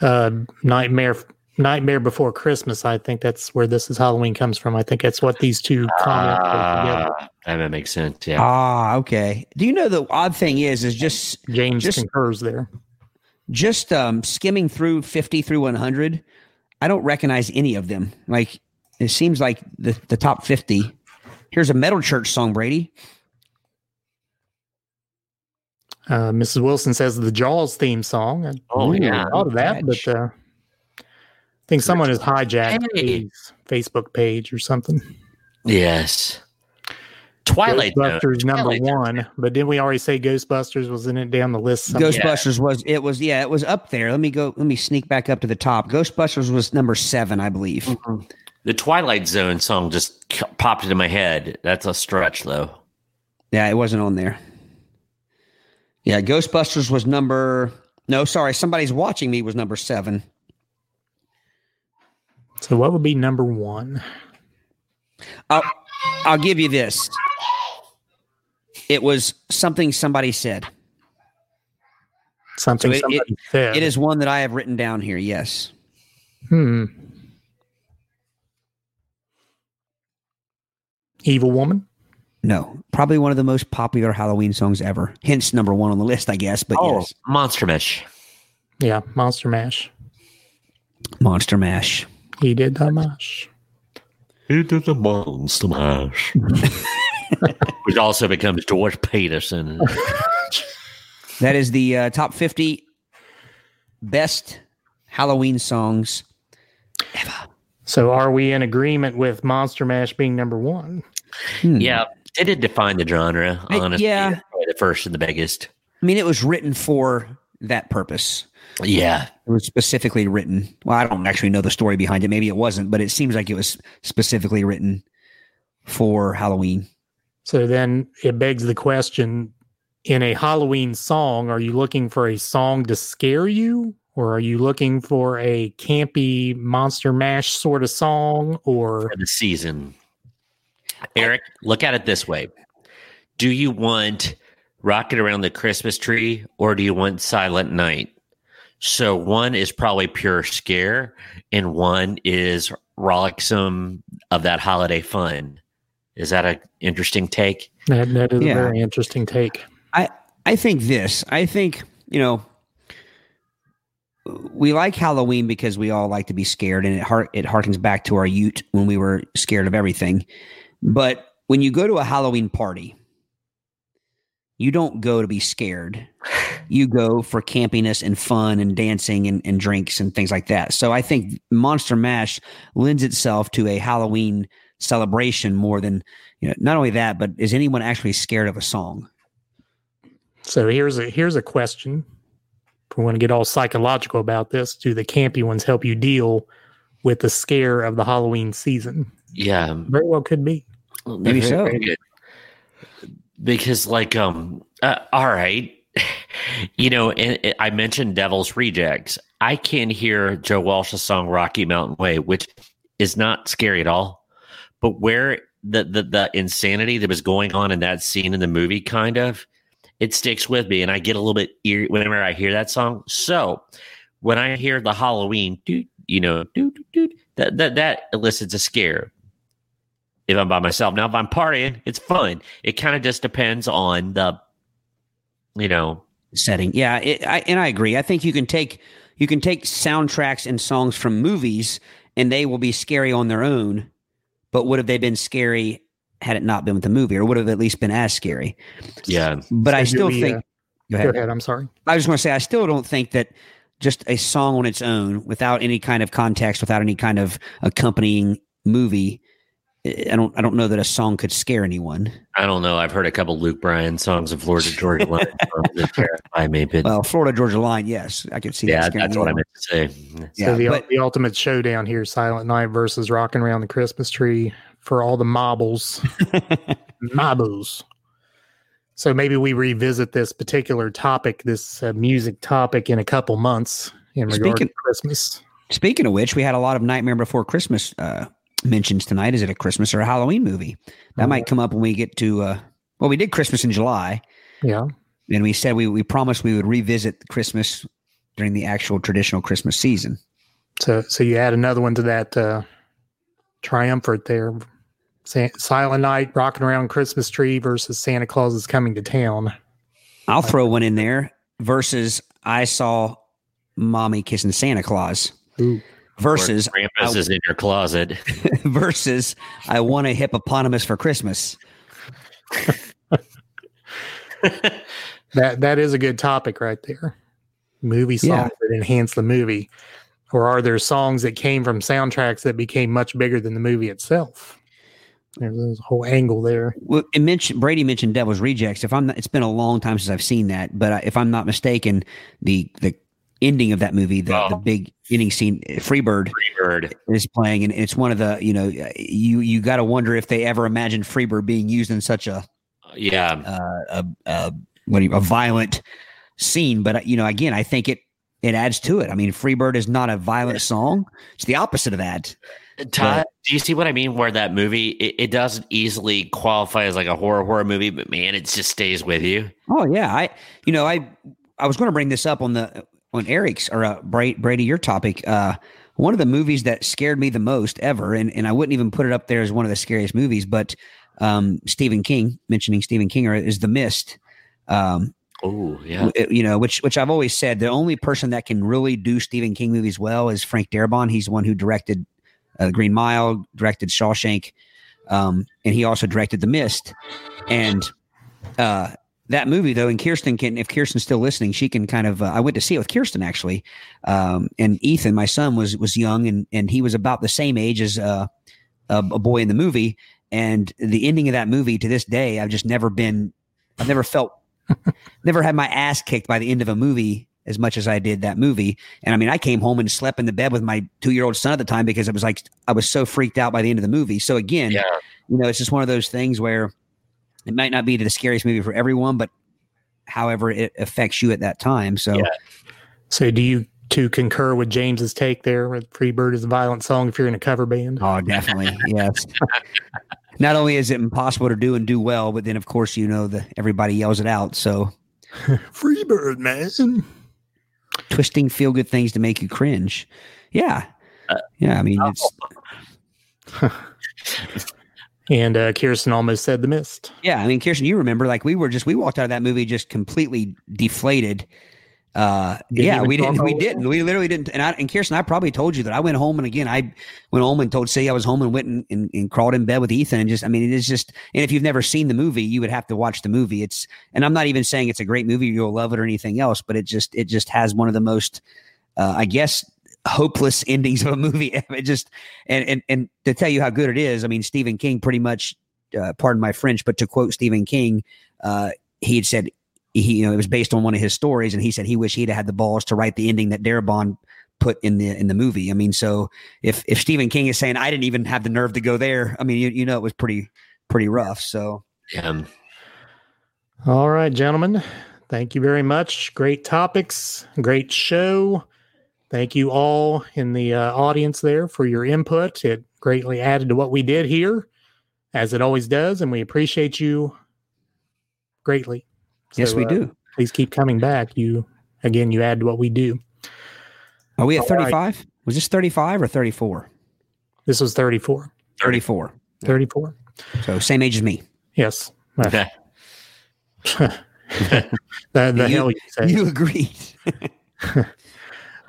B: Uh, Nightmare Nightmare Before Christmas. I think that's where this is Halloween comes from. I think that's what these two comments. are together.
C: Ah, that would make sense. Yeah.
D: ah, okay. Do you know the odd thing is is just
B: James
D: Just-
B: concurs there.
D: just um, skimming through 50 through 100 i don't recognize any of them like it seems like the, the top 50 here's a metal church song brady
B: Uh, Mrs. Wilson says the Jaws theme song. I
C: Oh,
B: really
C: yeah.
B: thought of that,
D: Catch.
B: but uh, I think someone has hijacked
C: Hey.
B: his Facebook page or something.
C: yes. Twilight Zone.
B: Ghostbusters number
C: Twilight Zone.
B: one, but didn't we already say Ghostbusters was in it down the list? somewhere?
D: ghostbusters was it was yeah it was up there let me go let me sneak back up to the top ghostbusters was number seven i believe
C: The Twilight Zone song just k- popped into my head. That's a stretch, though.
D: yeah it wasn't on there yeah ghostbusters was number no sorry somebody's watching me was number seven
B: So what would be number one?
D: I'll, I'll give you this. It was something somebody said.
B: Something
D: So it- it-
B: somebody said.
D: It is one that I have written down here. Yes.
B: Hmm. Evil woman.
D: No. Probably one of the most popular Halloween songs ever. Hence number one on the list, I guess. But
C: Oh.
D: yes,
C: Monster Mesh.
B: Yeah, Monster Mash.
D: Monster Mash.
B: He did the mash.
C: It is a monster mash. which also becomes George Peterson.
D: That is the uh, top 50 best Halloween songs.
B: So are we in agreement with Monster Mash being number one?
D: Hmm.
C: yeah, it did define the genre.
D: I-
C: Honestly,
D: yeah.
C: It's probably the first and the biggest.
D: I mean, it was written for that purpose.
C: Yeah,
D: It was specifically written. Well, I don't actually know the story behind it. Maybe it wasn't, but it seems like it was specifically written for Halloween.
B: So then it begs the question in a Halloween song, are you looking for a song to scare you? Or are you looking for a campy monster mash sort of song? Or
C: for the season. Eric, look at it this way: Do you want "Rocket Around the Christmas Tree" or do you want "Silent Night"? So one is probably pure scare, and one is rollicksome of that holiday fun. Is that an interesting take?
B: that, that is
D: Yeah.
B: a very interesting take.
D: I think this. I think, you know, we like Halloween because we all like to be scared and it har- it harkens back to our ute when we were scared of everything. But when you go to a Halloween party, you don't go to be scared. You go for campiness and fun and dancing and, and drinks and things like that. So I think Monster Mash lends itself to a Halloween celebration more than, you know, not only that, but is anyone actually scared of a song?
B: So here's a here's a question. If we want to get all psychological about this, do the campy ones help you deal with the scare of the Halloween season?
C: Yeah,
B: Very well could be.
D: Maybe so.
C: good. Because, like, um, uh, all right, you know, and, and I mentioned Devil's Rejects. I can hear Joe Walsh's song "Rocky Mountain Way," which is not scary at all, but where the the, the insanity that was going on in that scene in the movie, kind of, it sticks with me, and I get a little bit eerie whenever I hear that song. So, when I hear the Halloween, doo, you know, doo, doo, doo, that that that elicits a scare if I'm by myself. Now, if I'm partying, it's fun. It kind of just depends on the, you know,
D: setting. Yeah, it, I, and I agree. I think you can take you can take soundtracks and songs from movies, and they will be scary on their own. But would have they been scary had it not been with the movie, or would have at least been as scary?
C: yeah,
D: But I
B: So do
D: still
B: we,
D: think.
B: uh,
D: go
B: Go
D: ahead.
B: ahead. I'm sorry.
D: I was going to say I still don't think that just a song on its own, without any kind of context, without any kind of accompanying movie, I I don't. I don't know that a song could scare anyone.
C: I don't know. I've heard a couple Luke Bryan songs of Florida Georgia Line songs that terrify me, but
D: Well, Florida Georgia Line, yes, I could see. that
C: yeah,
D: scaring
C: that's what I
D: anyone.
C: meant to say.
B: So the,
D: Yeah, but
B: the ultimate showdown here, Silent Night versus Rocking Around the Christmas Tree for all the marbles. marbles. So maybe we revisit this particular topic, this uh, music topic, in a couple months in regard to
D: Speaking-
B: Christmas.
D: Speaking of which, we had a lot of Nightmare Before Christmas uh, mentions tonight. Is it a Christmas or a Halloween movie? That might come up when we get to. Uh, well, we did Christmas in July,
B: Mm, Yeah.
D: and we said we we promised we would revisit Christmas during the actual traditional Christmas season.
B: So so you add another one to that uh, triumvirate there. Sa- Silent Night, Rocking Around Christmas Tree versus Santa Claus is Coming to Town.
D: I'll throw one in there versus I saw mommy kissing Santa Claus
B: Ooh.
D: versus
C: Or Krampus is in your closet.
D: versus I want a hippopotamus for Christmas.
B: That that is a good topic right there. Movie songs
D: Yeah.
B: that enhance the movie, or are there songs that came from soundtracks that became much bigger than the movie itself? There's a whole angle there.
D: Well, it mentioned Brady mentioned Devil's Rejects. If I'm, not, it's been a long time since I've seen that, but I, if I'm not mistaken, the the ending of that movie, the, the
C: Oh.
D: big ending scene, uh, Freebird
C: Bird.
D: is playing, and it's one of the you know you you got to wonder if they ever imagined Freebird being used in such a
C: Yeah,
D: uh, a, a what do you, a violent scene. But uh, you know, again, I think it it adds to it. I mean, Freebird is not a violent song; it's the opposite of that.
C: Todd, do you see what I mean? Where that movie it, it doesn't easily qualify as like a horror horror movie, but man, it just stays with you.
D: Oh yeah, I you know I I was going to bring this up on the on Eric's or uh, Bra- Brady your topic. Uh, one of the movies that scared me the most ever, and and I wouldn't even put it up there as one of the scariest movies, but um, Stephen King mentioning Stephen King or is The Mist. Um,
C: Oh yeah,
D: w- you know, which which I've always said the only person that can really do Stephen King movies well is Frank Darabont. He's the one who directed uh, Green Mile, directed Shawshank. um, and he also directed The Mist. And uh, that movie, though, and Kirsten can, if Kirsten's still listening, she can kind of. Uh, I went to see it with Kirsten actually, um, and Ethan, my son, was was young, and and he was about the same age as uh, a, a boy in the movie. And the ending of that movie, to this day, I've just never been, I've never felt, never had my ass kicked by the end of a movie as much as I did that movie. And I mean, I came home and slept in the bed with my two year old son at the time because it was like I was so freaked out by the end of the movie. So again,
C: Yeah.
D: you know, it's just one of those things where it might not be the scariest movie for everyone, but however it affects you at that time. So
C: Yeah.
B: So do you to concur with James's take there with Free Bird is a violent song if you're in a cover band?
D: oh, definitely. yes. Not only is it impossible to do and do well, but then of course, you know, the everybody yells it out. So
B: Free Bird, man.
D: twisting feel good things to make you cringe. Yeah.
C: Uh,
D: Yeah. I mean,
C: oh,
D: it's,
B: And uh, Kirsten almost said the mist.
D: Yeah, I mean, Kirsten, you remember like we were just we walked out of that movie just completely deflated. Uh,
B: Didn't
D: yeah,
B: even
D: we didn't.
B: talk
D: We
B: about it.
D: didn't. We literally didn't. And I and Kirsten, I probably told you that I went home and again I went home and told Say I was home and went and, and, and crawled in bed with Ethan and just I mean it is just and if you've never seen the movie, you would have to watch the movie. It's and I'm not even saying it's a great movie, you'll love it or anything else, but it just it just has one of the most, uh, I guess, hopeless endings of a movie. ever. it just and and and to tell you how good it is, I mean Stephen King pretty much uh, pardon my French, but to quote Stephen King, uh, he had said he, you know, it was based on one of his stories, and he said he wished he'd had the balls to write the ending that Darabont put in the in the movie. I mean, so if if Stephen King is saying I didn't even have the nerve to go there, I mean, you, you know, it was pretty pretty rough. So
C: Um,
B: All right, gentlemen. Thank you very much. Great topics, great show. Thank you all in the uh, audience there for your input. It greatly added to what we did here, as it always does, and we appreciate you greatly.
D: yes,
B: So,
D: we
B: uh,
D: do.
B: Please keep coming back. You again, you add to what we do.
D: Are we at
B: all right.
D: thirty five? Was this thirty five or thirty four?
B: This was 34.
D: Thirty four.
B: 34.
D: So same age as me.
B: Yes. the the
D: You-
B: hell you say.
D: You agreed.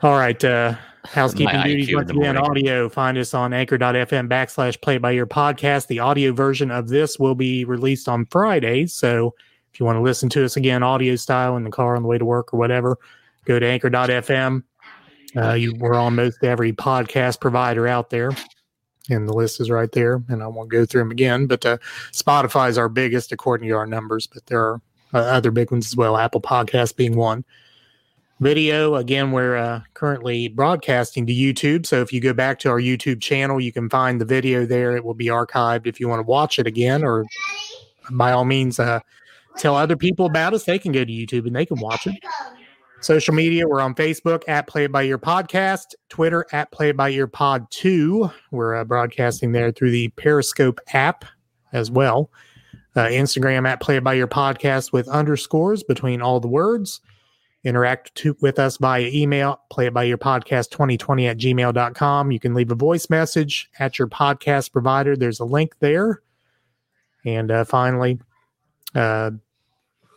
B: All right. Uh, housekeeping
C: My
B: duties
C: IQ
B: once
C: in the
B: again,
C: morning.
B: audio. Find us on anchor.fm backslash play by your podcast. The audio version of this will be released on Friday. So if you want to listen to us again, audio style in the car on the way to work or whatever, go to anchor.fm. Uh, you, we're on most every podcast provider out there. And the list is right there. And I won't go through them again. But uh, Spotify is our biggest according to our numbers, but there are uh, other big ones as well, Apple Podcast being one video. Again, we're uh, currently broadcasting to YouTube. So if you go back to our YouTube channel, you can find the video there. It will be archived if you want to watch it again, or by all means, uh, tell other people about us. They can go to YouTube and they can watch it. Social media, we're on Facebook at Play It By Your Podcast, Twitter at Play It By Your Pod 2. We're uh, broadcasting there through the Periscope app as well. Uh, Instagram at Play It By Your Podcast with underscores between all the words interact to, with us via email play it by your podcast 2020 at gmail.com you can leave a voice message at your podcast provider there's a link there and uh, finally uh,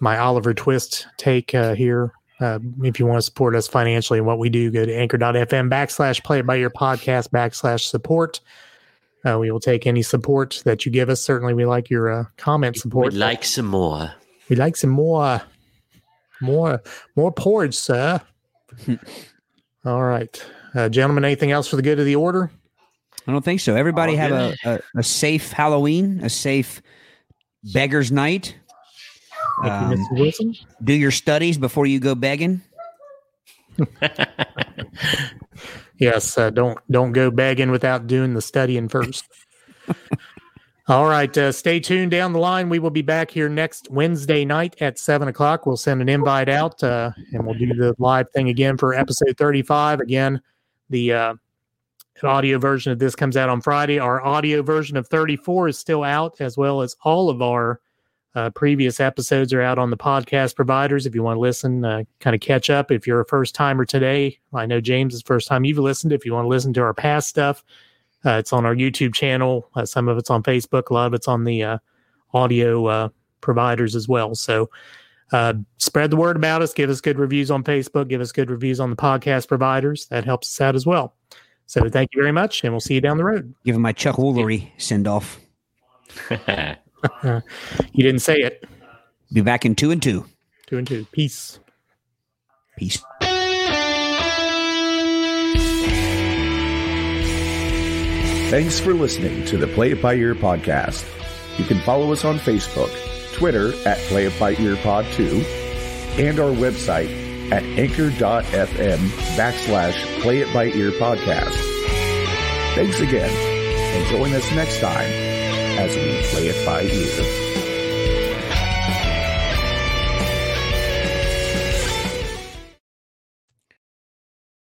B: my oliver twist take uh, here uh, if you want to support us financially in what we do go to anchor.fm backslash play it by your podcast backslash support uh, we will take any support that you give us certainly we like your uh, comment support
C: would like some more.
B: we like some more, more, more porridge, sir. All right, uh, gentlemen. Anything else for the good of the order?
D: I don't think so. Everybody
C: Oh,
D: have
C: yeah.
D: a, a, a safe Halloween, a safe beggar's night.
B: Thank you,
D: Um,
B: Mr. Wilson.
D: do your studies before you go begging.
B: Yes. Uh, don't don't go begging without doing the studying first. All right. Uh, stay tuned down the line. We will be back here next Wednesday night at seven o'clock. We'll send an invite out, uh, and we'll do the live thing again for episode thirty-five. Again, the uh, audio version of this comes out on Friday. Our audio version of 34 is still out, as well as all of our uh, previous episodes are out on the podcast providers. If you want to listen, uh, kind of catch up. If you're a first timer today, I know James is the first time you've listened. If you want to listen to our past stuff, uh, it's on our YouTube channel. Uh, some of it's on Facebook. A lot of it's on the uh, audio uh, providers as well. So uh, spread the word about us. Give us good reviews on Facebook. Give us good reviews on the podcast providers. That helps us out as well. So thank you very much, and we'll see you down the road.
D: Give 'em my Chuck Woolery send off.
B: You didn't say it.
D: Be back in two and two.
B: Two and two. Peace.
D: Peace.
A: Thanks for listening to the Play It By Ear podcast. You can follow us on Facebook, Twitter at Play It By Ear Pod 2, and our website at anchor.fm backslash Play It By Ear podcast. Thanks again, and join us next time as we play it by ear.